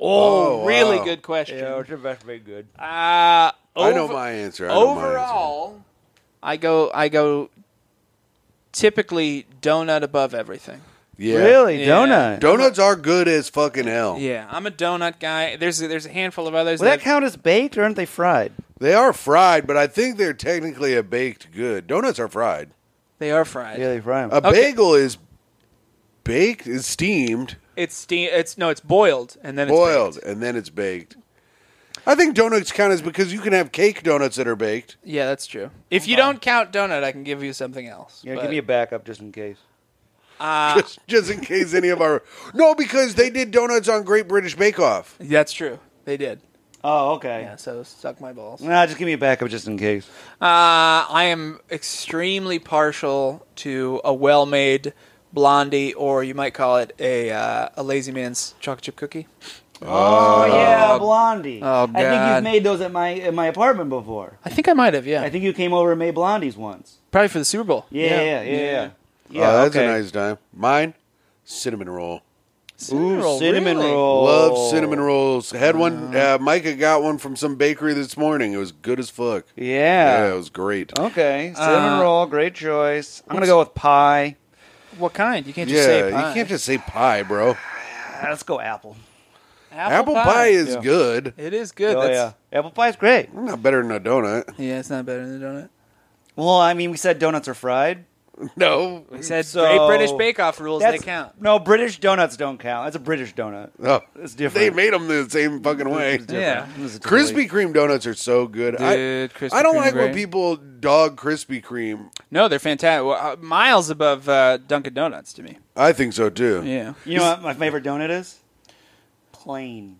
[SPEAKER 2] Oh,
[SPEAKER 3] Oh,
[SPEAKER 2] really
[SPEAKER 3] wow.
[SPEAKER 2] good question.
[SPEAKER 1] your best baked good?
[SPEAKER 2] Uh,
[SPEAKER 3] I know
[SPEAKER 2] over-
[SPEAKER 3] my answer. I know my answer.
[SPEAKER 2] Overall, I go I go typically donut above everything.
[SPEAKER 3] Yeah.
[SPEAKER 1] Really,
[SPEAKER 2] Yeah.
[SPEAKER 1] donut.
[SPEAKER 3] Donuts are good as fucking hell.
[SPEAKER 2] Yeah, I'm a donut guy. There's a, there's a handful of others.
[SPEAKER 1] Would that
[SPEAKER 2] that-
[SPEAKER 1] count as baked, or aren't they fried?
[SPEAKER 3] They are fried, but I think they're technically a baked good. Donuts are fried.
[SPEAKER 2] they are fried.
[SPEAKER 1] Yeah, they fry them.
[SPEAKER 3] A
[SPEAKER 2] Okay.
[SPEAKER 3] bagel is baked, is steamed,
[SPEAKER 2] It's steam. It's no, it's boiled and then it's
[SPEAKER 3] boiled,
[SPEAKER 2] baked.
[SPEAKER 3] and then it's baked. I think donuts count as because you can have cake donuts that are baked.
[SPEAKER 2] Yeah, that's true. If you don't count donut, I can give you something else.
[SPEAKER 1] yeah,
[SPEAKER 2] but,
[SPEAKER 1] give me a backup just in case.
[SPEAKER 2] uh,
[SPEAKER 3] Just, just in case any of our no, because they did donuts on Great British Bake Off.
[SPEAKER 2] That's true. They did.
[SPEAKER 1] Oh, okay.
[SPEAKER 2] Yeah. So suck my balls.
[SPEAKER 1] Nah, just give me a backup just in case.
[SPEAKER 2] Uh, I am extremely partial to a well-made blondie, or you might call it a uh, a lazy man's chocolate chip cookie.
[SPEAKER 1] Oh, yeah, blondie.
[SPEAKER 2] oh,
[SPEAKER 1] I think you've
[SPEAKER 2] God.
[SPEAKER 1] made those at my at my apartment before.
[SPEAKER 2] I think I might have, yeah.
[SPEAKER 1] I think you came over and made blondies once.
[SPEAKER 2] Probably for the Super Bowl.
[SPEAKER 1] Yeah, yeah, yeah, yeah. yeah.
[SPEAKER 3] oh, that's
[SPEAKER 1] okay.
[SPEAKER 3] a nice time. Mine, cinnamon roll.
[SPEAKER 2] Cinnamon roll,
[SPEAKER 1] cinnamon
[SPEAKER 2] really?
[SPEAKER 1] roll.
[SPEAKER 3] Love cinnamon rolls. Had one. Uh, Micah got one from some bakery this morning. It was good as fuck.
[SPEAKER 1] Yeah.
[SPEAKER 3] it was great.
[SPEAKER 1] Okay, cinnamon
[SPEAKER 2] Uh,
[SPEAKER 1] roll, great choice. I'm gonna go with pie.
[SPEAKER 2] What kind? You can't just
[SPEAKER 3] yeah,
[SPEAKER 2] say
[SPEAKER 3] you
[SPEAKER 2] pie.
[SPEAKER 3] can't just say pie, bro.
[SPEAKER 1] Ah, Let's go apple.
[SPEAKER 3] Apple, pie. is
[SPEAKER 1] Yeah.
[SPEAKER 3] good.
[SPEAKER 2] It is good.
[SPEAKER 1] oh
[SPEAKER 2] That's,
[SPEAKER 1] yeah, apple pie's great.
[SPEAKER 3] Not better than a donut. [LAUGHS]
[SPEAKER 2] yeah. it's not better than the donut.
[SPEAKER 1] Well, I mean, we said donuts are fried.
[SPEAKER 3] No.
[SPEAKER 2] We said
[SPEAKER 1] So-
[SPEAKER 2] Great British Bake Off rules. They
[SPEAKER 1] That's-
[SPEAKER 2] count.
[SPEAKER 1] No, British donuts don't count. That's a British donut.
[SPEAKER 3] Oh,
[SPEAKER 1] It's different.
[SPEAKER 3] they made them the same fucking way.
[SPEAKER 1] It's different.
[SPEAKER 2] Yeah.
[SPEAKER 1] This is a
[SPEAKER 3] Krispy
[SPEAKER 1] totally-
[SPEAKER 3] Kreme donuts are so good. I,
[SPEAKER 2] Dude, Krispy
[SPEAKER 3] I don't
[SPEAKER 2] Kreme
[SPEAKER 3] like when
[SPEAKER 2] great.
[SPEAKER 3] people dog Krispy Kreme.
[SPEAKER 2] No, they're fantastic. Well, uh, miles above uh, Dunkin' Donuts to me.
[SPEAKER 3] I think so too.
[SPEAKER 2] Yeah.
[SPEAKER 1] You know what my favorite donut is? Plain,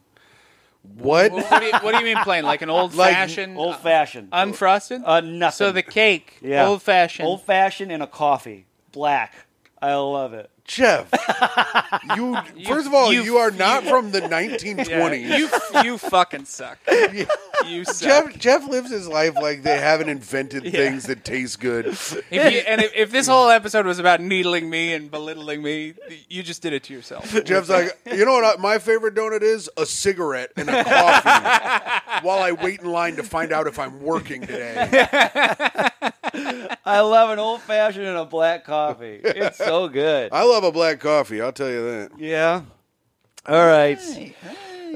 [SPEAKER 3] What?
[SPEAKER 2] what, do you, what do you mean plain? Like an old fashioned,
[SPEAKER 1] old fashioned,
[SPEAKER 2] unfrosted?
[SPEAKER 1] uh, nothing.
[SPEAKER 2] so the cake,
[SPEAKER 1] Yeah.
[SPEAKER 2] old fashioned.
[SPEAKER 1] old fashioned and a coffee, black. I love it.
[SPEAKER 2] [LAUGHS]
[SPEAKER 3] Jeff, you first of all,
[SPEAKER 2] you-
[SPEAKER 3] you,
[SPEAKER 2] [LAUGHS]
[SPEAKER 3] are not from the 1920s.
[SPEAKER 2] you you
[SPEAKER 1] [LAUGHS]
[SPEAKER 2] fucking suck. You suck.
[SPEAKER 3] Jeff, Jeff lives his life like they haven't invented things that taste
[SPEAKER 2] [LAUGHS]
[SPEAKER 3] good.
[SPEAKER 2] If you, and if, if this whole episode was about needling me and belittling me, you just did it to yourself.
[SPEAKER 3] Jeff's like, you know what? I, my favorite donut is a cigarette and a coffee
[SPEAKER 2] [LAUGHS]
[SPEAKER 3] while I wait in line to find out if I'm working today.
[SPEAKER 1] I love an old fashioned and a black coffee. It's so good.
[SPEAKER 3] I love a black coffee. I'll tell you that.
[SPEAKER 1] Yeah. All right.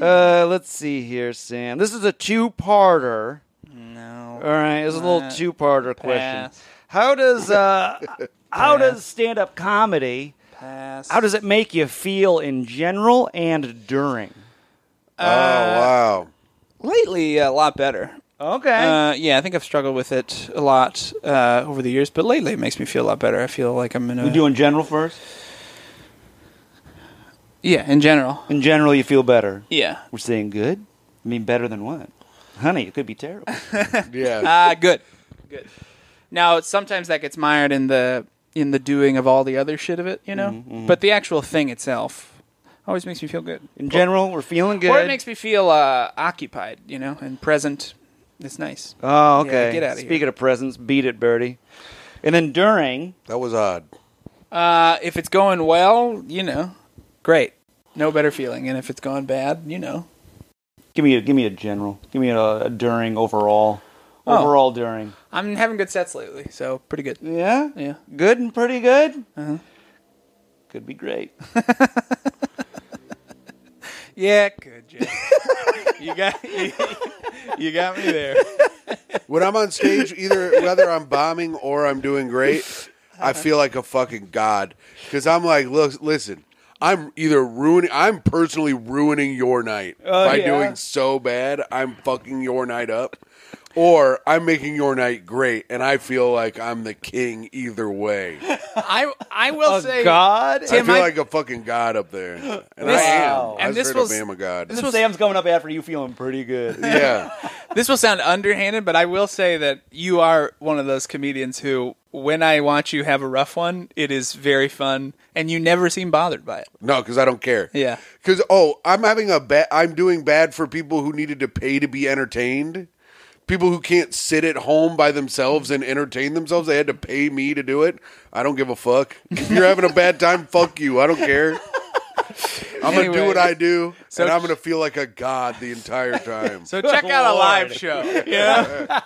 [SPEAKER 1] Uh, let's see here, Sam. This is a two-parter.
[SPEAKER 2] No.
[SPEAKER 1] All right, this is a little
[SPEAKER 2] Uh,
[SPEAKER 1] two-parter question.
[SPEAKER 2] pass.
[SPEAKER 1] How does uh, how does stand-up comedy?
[SPEAKER 2] Pass.
[SPEAKER 1] How does it make you feel in general and during?
[SPEAKER 2] Uh,
[SPEAKER 3] oh wow.
[SPEAKER 2] lately a lot better.
[SPEAKER 1] Okay.
[SPEAKER 2] Uh, yeah, I think I've struggled with it a lot uh, over the years, but lately it makes me feel a lot better. I feel like I'm in a
[SPEAKER 1] we do in general first.
[SPEAKER 2] Yeah, in general.
[SPEAKER 1] In general, you feel better.
[SPEAKER 2] Yeah.
[SPEAKER 1] We're saying good. I mean, better than what? Honey, it could be terrible.
[SPEAKER 3] Yeah.
[SPEAKER 2] Ah, good. Good. Now, sometimes that gets mired in the in the doing of all the other shit of it, you know. But the actual thing itself always makes me feel good.
[SPEAKER 1] In general, we're feeling good.
[SPEAKER 2] Or it makes me feel uh, occupied, you know, and present. It's nice.
[SPEAKER 1] oh,
[SPEAKER 2] Yeah,
[SPEAKER 1] okay.
[SPEAKER 2] get outta here.
[SPEAKER 1] Speaking of presents, beat it, Birdie. And then during,
[SPEAKER 4] That was odd.
[SPEAKER 2] Uh, if it's going well, you know, great. No better feeling. And if it's going bad, you know.
[SPEAKER 1] give me a give me a general. Give me a, a during overall.
[SPEAKER 2] Oh.
[SPEAKER 1] Overall during.
[SPEAKER 2] I'm having good sets lately, so pretty good.
[SPEAKER 1] Yeah.
[SPEAKER 2] Yeah.
[SPEAKER 1] Good and pretty good.
[SPEAKER 2] Uh-huh.
[SPEAKER 1] Could be great.
[SPEAKER 2] Yeah, good, Jay. [LAUGHS] you got you, you got me there.
[SPEAKER 4] When I'm on stage,
[SPEAKER 2] [LAUGHS]
[SPEAKER 3] Either whether I'm bombing or I'm doing great, I feel like a fucking god because I'm like, look, listen. I'm either ruining. I'm personally ruining your night
[SPEAKER 1] Oh,
[SPEAKER 3] by
[SPEAKER 1] yeah.
[SPEAKER 3] doing so bad. I'm fucking your night up, or I'm making your night great, and I feel like I'm the king either way.
[SPEAKER 2] I I will [LAUGHS] say
[SPEAKER 1] Oh, God.
[SPEAKER 3] I
[SPEAKER 2] Tim,
[SPEAKER 3] feel
[SPEAKER 2] I-
[SPEAKER 3] like a fucking god up there, and I
[SPEAKER 2] This-
[SPEAKER 3] am.
[SPEAKER 1] Wow.
[SPEAKER 3] I
[SPEAKER 2] and this
[SPEAKER 3] straight
[SPEAKER 2] was-
[SPEAKER 3] up am a god.
[SPEAKER 1] So Sam's coming up after you feeling pretty
[SPEAKER 2] [LAUGHS]
[SPEAKER 1] good.
[SPEAKER 3] yeah,
[SPEAKER 2] this will sound underhanded, but I will say that you are one of those comedians who when I watch you have a rough one, it is very fun and you never seem bothered by it.
[SPEAKER 3] no, because I don't care.
[SPEAKER 2] Yeah.
[SPEAKER 3] Because oh, I'm having a bad. I'm doing bad for people who needed to pay to be entertained. People who can't sit at home by themselves and entertain themselves. They had to pay me to do it. I don't give a fuck. If you're having a bad time, fuck you. I don't care. I'm gonna do
[SPEAKER 2] Anyway.
[SPEAKER 3] what I do,
[SPEAKER 2] So-
[SPEAKER 3] and I'm gonna feel like a god the entire time.
[SPEAKER 2] So check out a
[SPEAKER 1] Lord.
[SPEAKER 2] live show. Yeah.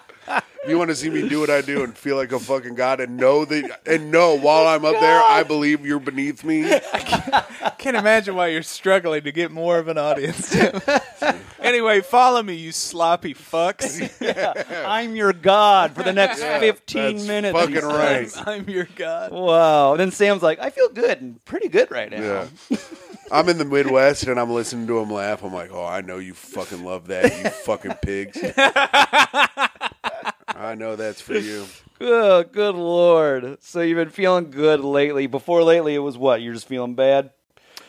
[SPEAKER 3] If you want to see me do what I do and feel like a fucking god, and know that, and know while I'm up there, I believe you're beneath me.
[SPEAKER 2] I can't imagine why you're struggling to get more of an audience. [LAUGHS] Tim. anyway, follow me, you sloppy fucks.
[SPEAKER 1] I'm your God for the
[SPEAKER 2] [LAUGHS]
[SPEAKER 1] next 15
[SPEAKER 3] that's
[SPEAKER 1] minutes.
[SPEAKER 3] fucking
[SPEAKER 1] he says.
[SPEAKER 3] right.
[SPEAKER 2] I'm your god.
[SPEAKER 1] Wow. And then Sam's like, I feel good and pretty good right now.
[SPEAKER 3] Yeah. I'm in the Midwest and I'm listening to him laugh. I'm like, oh, I know you fucking love that, you fucking pigs. I know that's for you.
[SPEAKER 1] Oh, good lord. So you've been feeling good lately. Before lately, it was what? You're just feeling bad?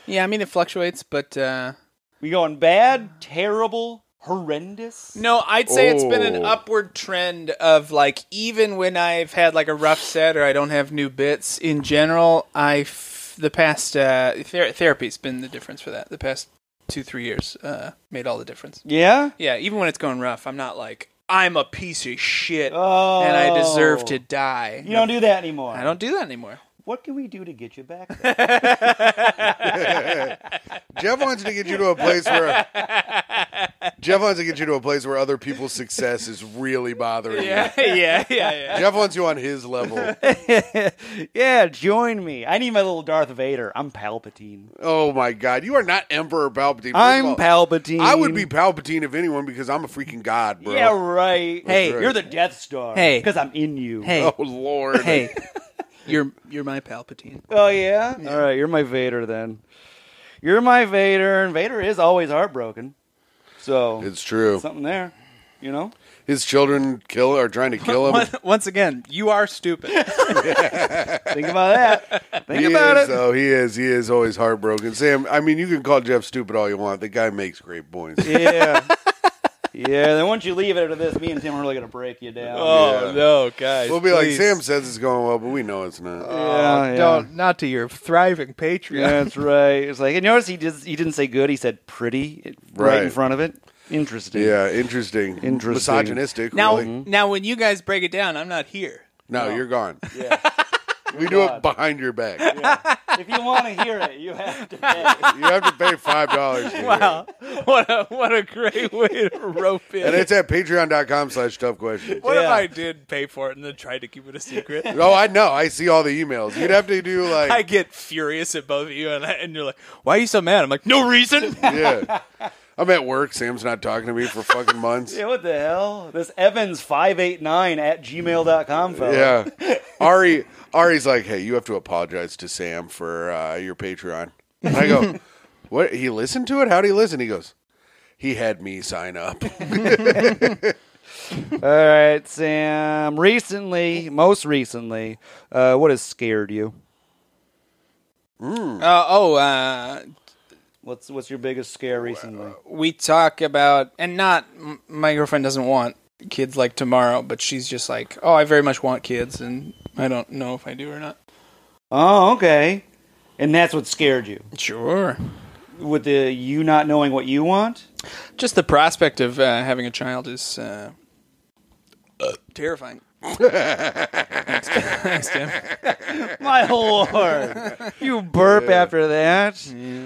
[SPEAKER 2] Yeah, I mean it fluctuates, but uh
[SPEAKER 1] We going bad, terrible, horrendous?
[SPEAKER 2] No, I'd say it's been an
[SPEAKER 3] Oh.
[SPEAKER 2] upward trend of like even when I've had like a rough set or I don't have new bits in general. I f- the past uh, ther- therapy's been the difference for that. The past two three years uh, made all the difference.
[SPEAKER 1] Yeah?
[SPEAKER 2] Yeah, even when it's going rough, I'm not like I'm a piece of shit
[SPEAKER 1] Oh.
[SPEAKER 2] and I deserve to die.
[SPEAKER 1] You don't do that anymore.
[SPEAKER 2] I don't do that anymore.
[SPEAKER 1] What can we do to get you back? there?
[SPEAKER 3] Jeff wants to get you to a place where Jeff wants to get you to a place where other people's success is really
[SPEAKER 2] [LAUGHS]
[SPEAKER 3] bothering
[SPEAKER 2] Yeah, yeah, yeah,
[SPEAKER 3] you.
[SPEAKER 2] yeah.
[SPEAKER 3] Jeff wants you on his level.
[SPEAKER 1] yeah, join me. I need my little Darth Vader. I'm Palpatine.
[SPEAKER 3] Oh my god, you are not Emperor Palpatine. First of all,
[SPEAKER 1] I'm Palpatine.
[SPEAKER 3] I would be Palpatine if anyone because I'm a freaking god, bro.
[SPEAKER 1] Yeah, right.
[SPEAKER 2] Hey.
[SPEAKER 1] you're the Death Star.
[SPEAKER 2] Hey.
[SPEAKER 1] because I'm in you.
[SPEAKER 2] Hey,
[SPEAKER 3] Oh
[SPEAKER 2] [LAUGHS]
[SPEAKER 3] lord.
[SPEAKER 2] hey, you're you're my Palpatine.
[SPEAKER 1] Oh yeah? All right, you're my Vader then. You're my Vader, and Vader is always heartbroken. So
[SPEAKER 3] It's true.
[SPEAKER 1] something there, you know.
[SPEAKER 3] His children kill are trying to kill
[SPEAKER 1] [LAUGHS]
[SPEAKER 3] him.
[SPEAKER 2] [LAUGHS] Once again, you are stupid.
[SPEAKER 1] Think about that. Think
[SPEAKER 3] He
[SPEAKER 1] about
[SPEAKER 3] is,
[SPEAKER 1] it.
[SPEAKER 3] though. He is. He is always heartbroken. Sam, I mean, you can call Jeff stupid all you want. The guy makes great points.
[SPEAKER 1] [LAUGHS] Yeah. Yeah, then once you leave it to this, me and Tim are really gonna break you down.
[SPEAKER 2] [LAUGHS] Oh
[SPEAKER 3] Yeah.
[SPEAKER 2] no, guys!
[SPEAKER 3] [LAUGHS] We'll be like,
[SPEAKER 2] please. Oh,
[SPEAKER 3] Sam says it's going well, but we know it's not.
[SPEAKER 1] oh, yeah, yeah.
[SPEAKER 2] Don't not to your thriving Patreon.
[SPEAKER 1] [LAUGHS] Yeah, that's right. It's like, and notice he did. He didn't say good. He said pretty it- right, in
[SPEAKER 3] Right.
[SPEAKER 1] front of it. Interesting.
[SPEAKER 3] yeah, interesting.
[SPEAKER 1] Interesting.
[SPEAKER 3] Misogynistic.
[SPEAKER 2] Now, Mm-hmm.
[SPEAKER 3] really.
[SPEAKER 2] now, when you guys break it down, I'm not here.
[SPEAKER 3] No, you're gone.
[SPEAKER 1] Yeah.
[SPEAKER 3] We do
[SPEAKER 1] gone.
[SPEAKER 3] it behind your back.
[SPEAKER 1] Yeah. If you want to hear it, you have [LAUGHS] to. Pay.
[SPEAKER 3] You have to pay $5. to hear
[SPEAKER 2] Wow, [LAUGHS] what a what a great way to [LAUGHS] rope in.
[SPEAKER 3] it. And it's at patreon.com slash tough questions.
[SPEAKER 2] what if
[SPEAKER 1] Yeah.
[SPEAKER 2] I did pay for it and then tried to keep it a secret? [LAUGHS]
[SPEAKER 3] Oh, I know. I see all the emails. You'd have to do like.
[SPEAKER 2] I get furious at both of you, and, I, and you're like, "Why are you so mad?" I'm like, "No [LAUGHS] reason."
[SPEAKER 3] yeah. I'm at work. Sam's not talking to me for fucking months.
[SPEAKER 1] Yeah, what the hell? This Evans five eight nine at gmail.com fella.
[SPEAKER 3] Yeah. Ari Ari's like, "Hey, you have to apologize to Sam for uh, your Patreon." And I go, "What? He listened to it? How would he listen?" He goes, "He had me sign up."
[SPEAKER 1] All right, Sam. Recently, most recently, uh, what has scared you?
[SPEAKER 2] Uh, oh, uh,
[SPEAKER 1] What's what's your biggest scare recently?
[SPEAKER 2] we talk about and not m- my girlfriend doesn't want kids like tomorrow but she's just like oh i very much want kids and i don't know if i do or not
[SPEAKER 3] uh,
[SPEAKER 1] Oh, okay. And that's what scared you
[SPEAKER 2] sure
[SPEAKER 1] with the you not knowing what you want.
[SPEAKER 2] just the prospect of uh, having a child is uh, [LAUGHS] terrifying thanks tim
[SPEAKER 1] [LAUGHS] My lord, you burp after that.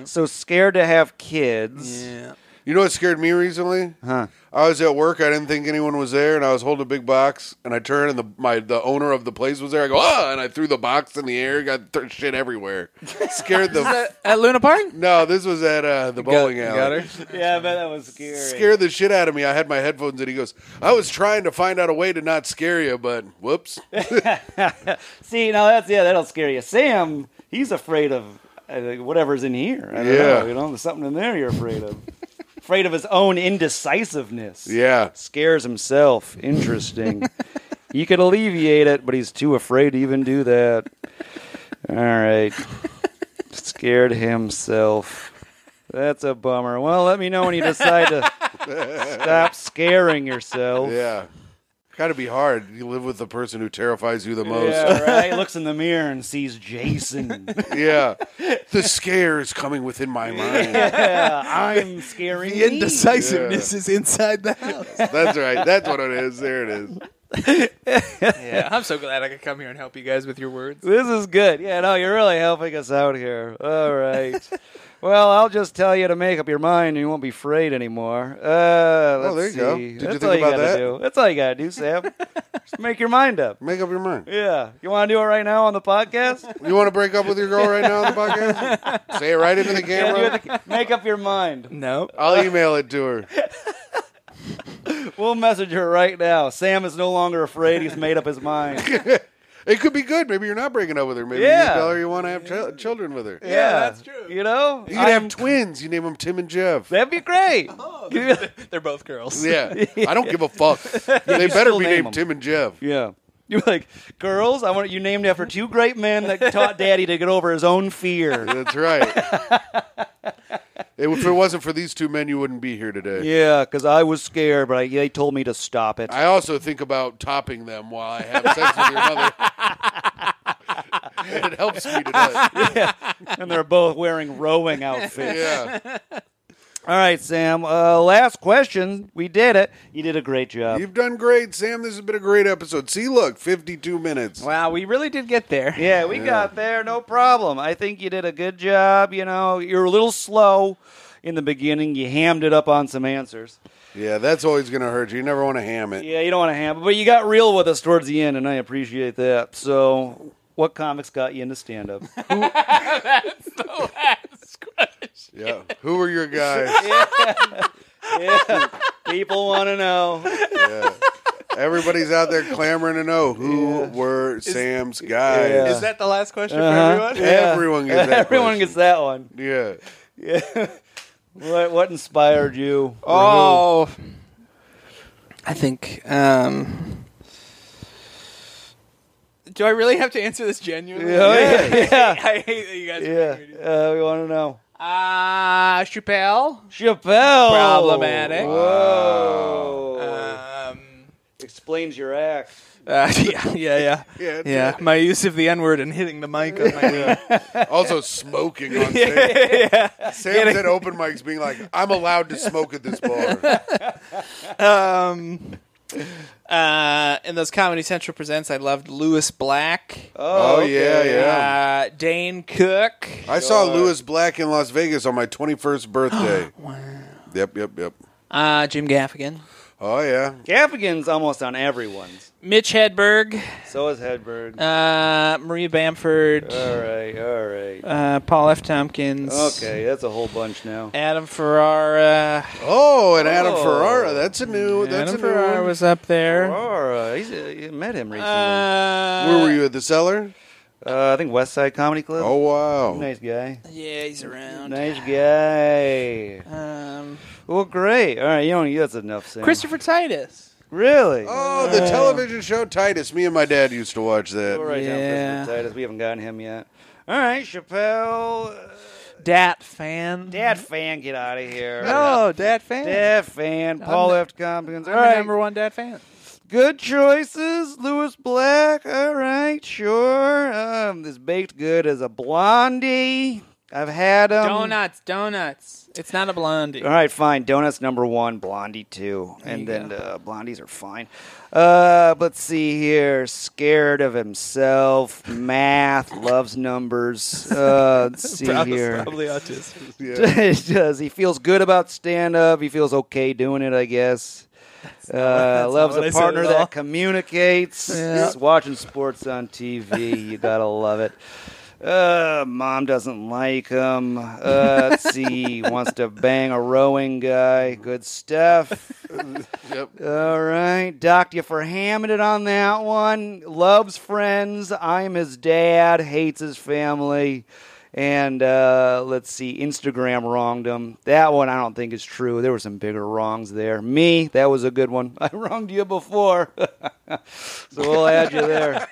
[SPEAKER 1] So scared to have kids.
[SPEAKER 2] yeah
[SPEAKER 3] You know what scared me recently?
[SPEAKER 1] Huh.
[SPEAKER 3] I was at work. I didn't think anyone was there, and I was holding a big box. And I turned, and the my the owner of the place was there. I go, ah! And I threw the box in the air. Got th- shit everywhere. Scared the.
[SPEAKER 2] Uh, at luna park
[SPEAKER 3] no, this was at uh, the bowling alley.
[SPEAKER 1] Yeah, I bet that was scary.
[SPEAKER 3] Scared the shit out of me. I had my headphones in. He goes, I was trying to find out a way to not scare you, but whoops.
[SPEAKER 1] See, now that's yeah, that'll scare you. Sam, he's afraid of uh, whatever's in here. I don't
[SPEAKER 3] Yeah.
[SPEAKER 1] know, you know, there's something in there you're afraid of. [LAUGHS] afraid of his own indecisiveness.
[SPEAKER 3] Yeah.
[SPEAKER 1] scares himself. Interesting. [LAUGHS] he could alleviate it, but he's too afraid to even do that. All right. [LAUGHS] Scared himself. That's a bummer. Well, let me know when you decide
[SPEAKER 3] [LAUGHS]
[SPEAKER 1] to stop scaring yourself.
[SPEAKER 3] Yeah. Gotta be hard. You live with the person who terrifies you the most.
[SPEAKER 1] Yeah, right. Looks in the mirror and sees Jason.
[SPEAKER 3] Yeah.
[SPEAKER 1] [LAUGHS]
[SPEAKER 3] The scare is coming within my mind.
[SPEAKER 1] Yeah, [LAUGHS] I'm scaring
[SPEAKER 2] the
[SPEAKER 1] me.
[SPEAKER 2] indecisiveness is inside the house
[SPEAKER 3] That's right. That's what it is. There it is.
[SPEAKER 2] [LAUGHS] yeah i'm so glad i could come here and help you guys with your words
[SPEAKER 1] This is good. Yeah, no, you're really helping us out here. All right. well, I'll just tell you to make up your mind and you won't be afraid anymore. Uh, let's
[SPEAKER 3] Oh, there you
[SPEAKER 1] see.
[SPEAKER 3] go. Did you
[SPEAKER 1] That's
[SPEAKER 3] think
[SPEAKER 1] all
[SPEAKER 3] about
[SPEAKER 1] gotta
[SPEAKER 3] that?
[SPEAKER 1] Do. That's all you got to do, Sam.
[SPEAKER 3] [LAUGHS]
[SPEAKER 1] just make your mind up.
[SPEAKER 3] Make up your mind.
[SPEAKER 1] Yeah. You want to do it right now on the
[SPEAKER 3] [LAUGHS]
[SPEAKER 1] podcast?
[SPEAKER 3] You want to break up with your girl right now on the
[SPEAKER 1] [LAUGHS]
[SPEAKER 3] podcast? Say it right into the
[SPEAKER 1] Yeah, do
[SPEAKER 3] camera.
[SPEAKER 1] it the- make up your mind.
[SPEAKER 2] no
[SPEAKER 3] I'll email it to her.
[SPEAKER 1] We'll message her right now. Sam is no longer afraid. He's made up his mind.
[SPEAKER 3] [LAUGHS] It could be good. Maybe you're not breaking up with her. Maybe
[SPEAKER 1] Yeah.
[SPEAKER 3] you tell her you want to have ch- children with her.
[SPEAKER 1] Yeah,
[SPEAKER 2] that's true.
[SPEAKER 1] You know?
[SPEAKER 3] You could have Oh,
[SPEAKER 1] I'm-
[SPEAKER 3] twins. You name them Tim and Jeff.
[SPEAKER 1] That'd be great. [LAUGHS]
[SPEAKER 2] they're both girls
[SPEAKER 3] Yeah. I don't give a fuck. They better
[SPEAKER 1] still
[SPEAKER 3] be
[SPEAKER 1] name
[SPEAKER 3] named
[SPEAKER 1] 'em.
[SPEAKER 3] Tim and Jeff.
[SPEAKER 1] Yeah. [LAUGHS] You're like, girls, I want you named after two great men that taught daddy to get over his own [LAUGHS] fear.
[SPEAKER 3] That's right. if it wasn't for these two men, you wouldn't be here today.
[SPEAKER 1] Yeah, because I was scared, but I, they told me to stop it.
[SPEAKER 3] I also think about topping them while I have sex with your mother. And [LAUGHS] it helps me to do it.
[SPEAKER 1] and they're both wearing [LAUGHS] rowing outfits.
[SPEAKER 3] Yeah.
[SPEAKER 1] All right, Sam. Uh, last question. We did it. You did a great job.
[SPEAKER 3] You've done great, Sam. This has been a great episode. See, look, 52 minutes.
[SPEAKER 2] wow we really did get there
[SPEAKER 1] yeah, we got there, no problem. I think you did a good job. You know, you're a little slow in the beginning. You hammed it up on some answers.
[SPEAKER 3] Yeah, that's always going to hurt you. You never want to ham it.
[SPEAKER 1] Yeah, you don't want to ham it, but you got real with us towards the end, and I appreciate that. So, what comics got you into stand up?
[SPEAKER 3] Yeah. Who are
[SPEAKER 1] [LAUGHS]
[SPEAKER 3] your guys?
[SPEAKER 1] Yeah. People want to
[SPEAKER 3] [LAUGHS]
[SPEAKER 1] know.
[SPEAKER 3] Yeah. Everybody's out there clamoring to know who were Sam's guys.
[SPEAKER 1] Yeah.
[SPEAKER 2] is that the last question for everyone
[SPEAKER 3] Everyone gets
[SPEAKER 1] [LAUGHS]
[SPEAKER 3] that.
[SPEAKER 1] Everyone
[SPEAKER 3] question.
[SPEAKER 1] gets that one.
[SPEAKER 3] Yeah.
[SPEAKER 1] [LAUGHS] What, what inspired you? Or
[SPEAKER 2] [LAUGHS] Oh, I think. Um, do I really have to answer this genuinely?
[SPEAKER 1] Yeah, yeah, yeah.
[SPEAKER 2] [LAUGHS] I hate that you guys.
[SPEAKER 1] who?
[SPEAKER 2] oh, Yeah.
[SPEAKER 1] Yeah, uh, we want to know.
[SPEAKER 2] Ah, Chappelle.
[SPEAKER 1] Chappelle.
[SPEAKER 2] Problematic.
[SPEAKER 1] Whoa.
[SPEAKER 3] Uh,
[SPEAKER 2] Um,
[SPEAKER 1] Explains your act.
[SPEAKER 2] uh, [LAUGHS] yeah, yeah, yeah,
[SPEAKER 3] Yeah, it's
[SPEAKER 2] yeah. My use of the N word and hitting the mic on my [LAUGHS] knee.
[SPEAKER 3] Also smoking on stage.
[SPEAKER 2] [LAUGHS]
[SPEAKER 3] Sam's at open mics being like, I'm allowed to smoke at this [LAUGHS] bar.
[SPEAKER 2] Um, uh, in those Comedy Central presents, I loved Lewis Black.
[SPEAKER 3] Oh, yeah,
[SPEAKER 1] okay.
[SPEAKER 3] yeah.
[SPEAKER 2] Uh, Dane Cook.
[SPEAKER 3] I saw Lewis Black in Las Vegas on my 21st birthday.
[SPEAKER 2] Wow.
[SPEAKER 3] yep, yep, yep.
[SPEAKER 2] Uh, Jim Gaffigan.
[SPEAKER 3] Oh, yeah.
[SPEAKER 1] Gaffigan's almost on everyone's.
[SPEAKER 2] Mitch Hedberg.
[SPEAKER 1] So is Hedberg.
[SPEAKER 2] Uh, Maria Bamford,
[SPEAKER 1] all right, all right.
[SPEAKER 2] uh, Paul F. Tompkins.
[SPEAKER 1] Okay, that's a whole bunch now.
[SPEAKER 2] Adam Ferrara.
[SPEAKER 3] Oh, and Adam
[SPEAKER 1] Oh.
[SPEAKER 3] Ferrara. That's a new. Oh, That's
[SPEAKER 2] Adam
[SPEAKER 3] a new
[SPEAKER 2] Ferrara
[SPEAKER 3] one.
[SPEAKER 2] was up there.
[SPEAKER 1] Aurora, he's, uh, you met him recently. Uh,
[SPEAKER 2] Uh,
[SPEAKER 3] Where were you at the cellar?
[SPEAKER 1] I think West Side Comedy Club.
[SPEAKER 3] Oh wow.
[SPEAKER 1] Nice guy.
[SPEAKER 2] Yeah, he's around.
[SPEAKER 1] Nice guy.
[SPEAKER 2] Um,
[SPEAKER 1] Well, great. All right, you don't. That's enough, Sam.
[SPEAKER 2] Christopher Titus.
[SPEAKER 1] really?
[SPEAKER 3] Oh, the television show Titus. Me and my dad used to watch that.
[SPEAKER 1] We'll write down
[SPEAKER 2] Yeah.
[SPEAKER 1] Christopher Titus. We haven't gotten him yet. All right, Chappelle. uh,
[SPEAKER 5] Dat fan.
[SPEAKER 1] Dad fan, get out of here.
[SPEAKER 5] No, Dat fan.
[SPEAKER 1] Dad fan. Paul
[SPEAKER 5] the-
[SPEAKER 1] F. Tompkins. All
[SPEAKER 5] I'm the
[SPEAKER 1] right.
[SPEAKER 5] number one Dat fan.
[SPEAKER 1] Good choices, Lewis Black. All right, sure. Um, this baked good is a blondie. I've had them.
[SPEAKER 2] donuts, donuts. It's not a blondie.
[SPEAKER 1] All right, fine. Donuts number one, blondie two, and then uh, blondies are fine. Uh, let's see here. Scared of himself, math, loves numbers. Uh, let's see here.
[SPEAKER 5] Probably autism.
[SPEAKER 1] [LAUGHS] It does. He feels good about stand up. He feels okay doing it, I guess. Uh, loves
[SPEAKER 5] what I
[SPEAKER 1] a
[SPEAKER 5] said
[SPEAKER 1] partner
[SPEAKER 5] at all.
[SPEAKER 1] that communicates.
[SPEAKER 5] Yeah.
[SPEAKER 1] He's watching sports on TV. You gotta love it. Uh, mom doesn't like him. Uh, let's see. Wants to bang a rowing guy. Good stuff.
[SPEAKER 3] Yep.
[SPEAKER 1] All right, docked you for hamming it on that one. Loves friends. I'm his dad. Hates his family. And uh, let's see, Instagram wronged him. That one I don't think is true. There were some bigger wrongs there. Me, that was a good one. [LAUGHS] I wronged you before, [LAUGHS] so we'll add you
[SPEAKER 3] [LAUGHS]
[SPEAKER 1] there.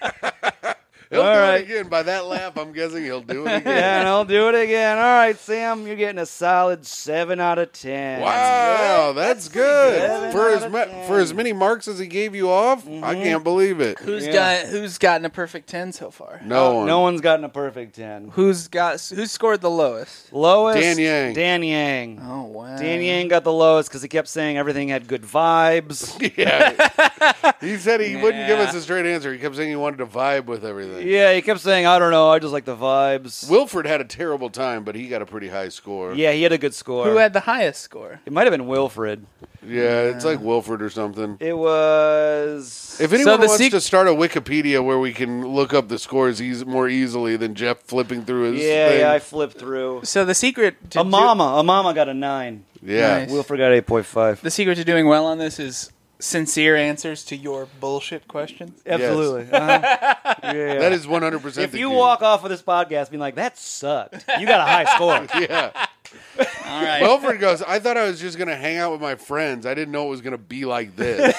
[SPEAKER 3] He'll
[SPEAKER 1] All
[SPEAKER 3] do
[SPEAKER 1] right.
[SPEAKER 3] it again. By that laugh, I'm guessing he'll do it again.
[SPEAKER 1] Yeah, and I'll do it again. All right, Sam, you're getting a solid seven out of ten.
[SPEAKER 3] Wow, that's, good.
[SPEAKER 1] good.
[SPEAKER 3] For
[SPEAKER 1] Seven
[SPEAKER 3] as
[SPEAKER 1] out of
[SPEAKER 3] ma- for as many marks as he gave you off, I can't believe it.
[SPEAKER 2] Who's
[SPEAKER 1] Yeah.
[SPEAKER 2] done? Who's gotten a perfect ten so far?
[SPEAKER 3] Oh, No one. [LAUGHS]
[SPEAKER 1] No one's gotten a perfect ten.
[SPEAKER 2] Who's got? Who scored the lowest?
[SPEAKER 1] Lowest
[SPEAKER 3] Dan Yang.
[SPEAKER 1] Dan Yang.
[SPEAKER 2] Oh wow.
[SPEAKER 1] Dan Yang got the lowest because he kept saying everything had good vibes.
[SPEAKER 3] Yeah. he said he wouldn't give us a straight answer. He kept saying he wanted to vibe with everything.
[SPEAKER 1] yeah, he kept saying, I don't know, I just like the vibes.
[SPEAKER 3] Wilfred had a terrible time, but he got a pretty high score.
[SPEAKER 1] yeah, he had a good score.
[SPEAKER 2] Who had the highest score?
[SPEAKER 1] it might have been Wilfred.
[SPEAKER 3] Yeah, it's like Wilfred or something.
[SPEAKER 1] It was.
[SPEAKER 3] If anyone
[SPEAKER 2] the
[SPEAKER 3] wants
[SPEAKER 2] sec-
[SPEAKER 3] to start a Wikipedia where we can look up the scores eas more easily than Jeff flipping through his
[SPEAKER 1] yeah,
[SPEAKER 3] thing.
[SPEAKER 1] yeah, I flipped through.
[SPEAKER 2] So the secret to
[SPEAKER 1] A
[SPEAKER 2] do-
[SPEAKER 1] mama, a mama got a nine.
[SPEAKER 3] Yeah.
[SPEAKER 2] Nice.
[SPEAKER 1] Wilfred got eight point five.
[SPEAKER 2] the secret to doing well on this is sincere answers to your bullshit questions. [LAUGHS]
[SPEAKER 1] Absolutely. Uh-huh. Yeah, yeah.
[SPEAKER 3] that is 100%.
[SPEAKER 1] If
[SPEAKER 3] the
[SPEAKER 1] you
[SPEAKER 3] key.
[SPEAKER 1] walk [LAUGHS] off of this podcast being like, that sucked, you got a high score.
[SPEAKER 3] Yeah.
[SPEAKER 2] All right.
[SPEAKER 3] Wilfred goes, I thought I was just going to hang out with my friends. I didn't know it was going to be
[SPEAKER 1] [LAUGHS]
[SPEAKER 3] like this.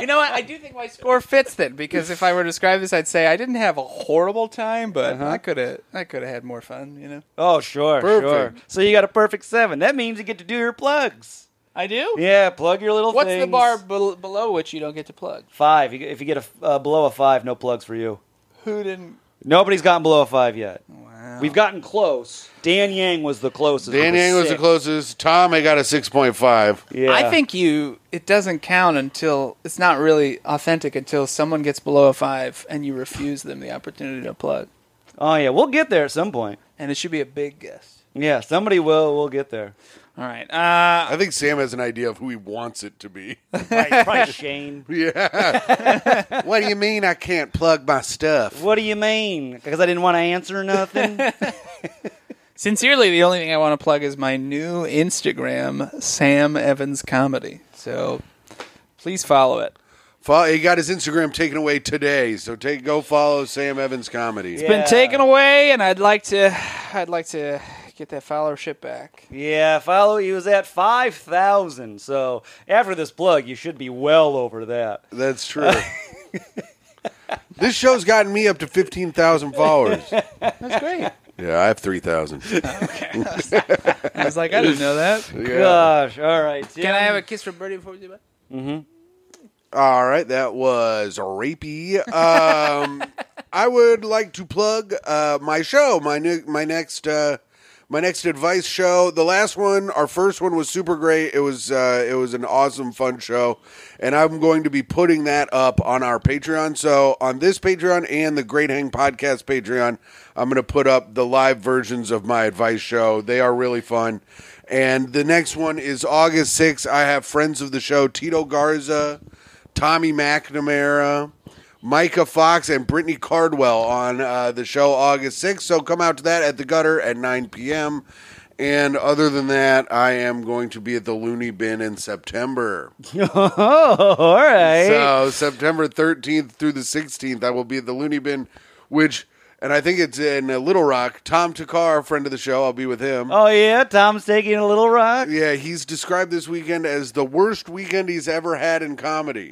[SPEAKER 2] you know what? I do think my score fits then because if I were to describe this, I'd say I didn't have a horrible time, but I could have I could have had more fun. You know.
[SPEAKER 1] Oh, sure,
[SPEAKER 3] Perfect.
[SPEAKER 1] sure. So you got a perfect seven. That means you get to do your plugs.
[SPEAKER 2] I do.
[SPEAKER 1] Yeah, plug your little
[SPEAKER 2] What's the
[SPEAKER 1] things.
[SPEAKER 2] bar bel below which you don't get to plug?
[SPEAKER 1] Five. You- If you get a f- uh, below a five, no plugs for you.
[SPEAKER 2] Who didn't?
[SPEAKER 1] Nobody's gotten below a five yet.
[SPEAKER 2] Wow.
[SPEAKER 1] We've gotten close. Dan Yang was the closest.
[SPEAKER 3] Dan
[SPEAKER 1] with a
[SPEAKER 3] Yang was the
[SPEAKER 1] six.
[SPEAKER 3] closest. Tom, I got a 6.5.
[SPEAKER 1] Yeah.
[SPEAKER 2] I think you. It doesn't count until it's not really authentic until someone gets below a five and you refuse them the opportunity to plug.
[SPEAKER 1] Oh yeah, we'll get there at some point.
[SPEAKER 2] And it should be a big guess.
[SPEAKER 1] Yeah, somebody will. We'll get there.
[SPEAKER 2] All right. Uh,
[SPEAKER 3] I think Sam has an idea of who he wants it to be. [LAUGHS]
[SPEAKER 1] Probably, probably Shane.
[SPEAKER 3] what do you mean I can't plug my stuff?
[SPEAKER 1] What do you mean? Because I didn't want to answer
[SPEAKER 2] [LAUGHS]
[SPEAKER 1] nothing.
[SPEAKER 2] sincerely, the only thing I want to plug is my new Instagram, Sam Evans Comedy. So please follow it.
[SPEAKER 3] Fo- He got his Instagram taken away today, so take go follow Sam Evans Comedy.
[SPEAKER 1] Yeah.
[SPEAKER 2] Been taken away, and I'd like to. I'd like to get that followership back.
[SPEAKER 1] yeah, follow. He was at five thousand. So after this plug, you should be well over that.
[SPEAKER 3] That's true. [LAUGHS] this show's gotten me up to 15,000 followers.
[SPEAKER 2] That's great.
[SPEAKER 3] Yeah, I have 3,000.
[SPEAKER 2] I was like, I didn't know that.
[SPEAKER 3] Yeah.
[SPEAKER 1] Gosh. All right.
[SPEAKER 2] Can I have a kiss from Birdie before we do that?
[SPEAKER 3] All right, that was rapey. Um, I would like to plug uh, my show, my new, my next uh, my next advice show. The last one, our first one was super great. It was uh, it was an awesome, fun show, and I'm going to be putting that up on our Patreon. So on this Patreon and the Great Hang Podcast Patreon, I'm going to put up the live versions of my advice show. They are really fun. And the next one is August 6th. I have friends of the show, Tito Garza, Tommy McNamara, Micah Fox, and Brittany Cardwell on uh, the show August 6th. So come out to that at the gutter at 9 p.m. And other than that, I am going to be at the Looney Bin in September.
[SPEAKER 1] Oh, [LAUGHS] all right.
[SPEAKER 3] So September 13th through the 16th, I will be at the Looney Bin, which, and I think it's in uh, Little Rock. Tom Takar, friend of the show, I'll be with him.
[SPEAKER 1] oh yeah, Tom's taking a little rock.
[SPEAKER 3] Yeah, he's described this weekend as the worst weekend he's ever had in comedy.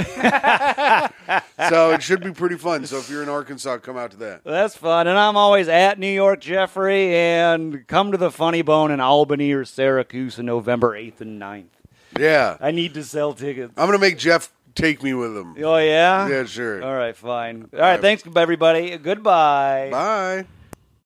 [SPEAKER 3] so it should be pretty fun. So if you're in Arkansas, come out to that.
[SPEAKER 1] That's fun. And I'm always at New York Jeffrey and come to the Funny Bone in Albany or Syracuse on November 8th and 9th.
[SPEAKER 3] Yeah,
[SPEAKER 1] I need to sell tickets.
[SPEAKER 3] I'm gonna make Jeff take me with him.
[SPEAKER 1] Oh, yeah?
[SPEAKER 3] Yeah, sure.
[SPEAKER 1] All right, fine. All right, thanks, everybody. Goodbye.
[SPEAKER 3] Bye.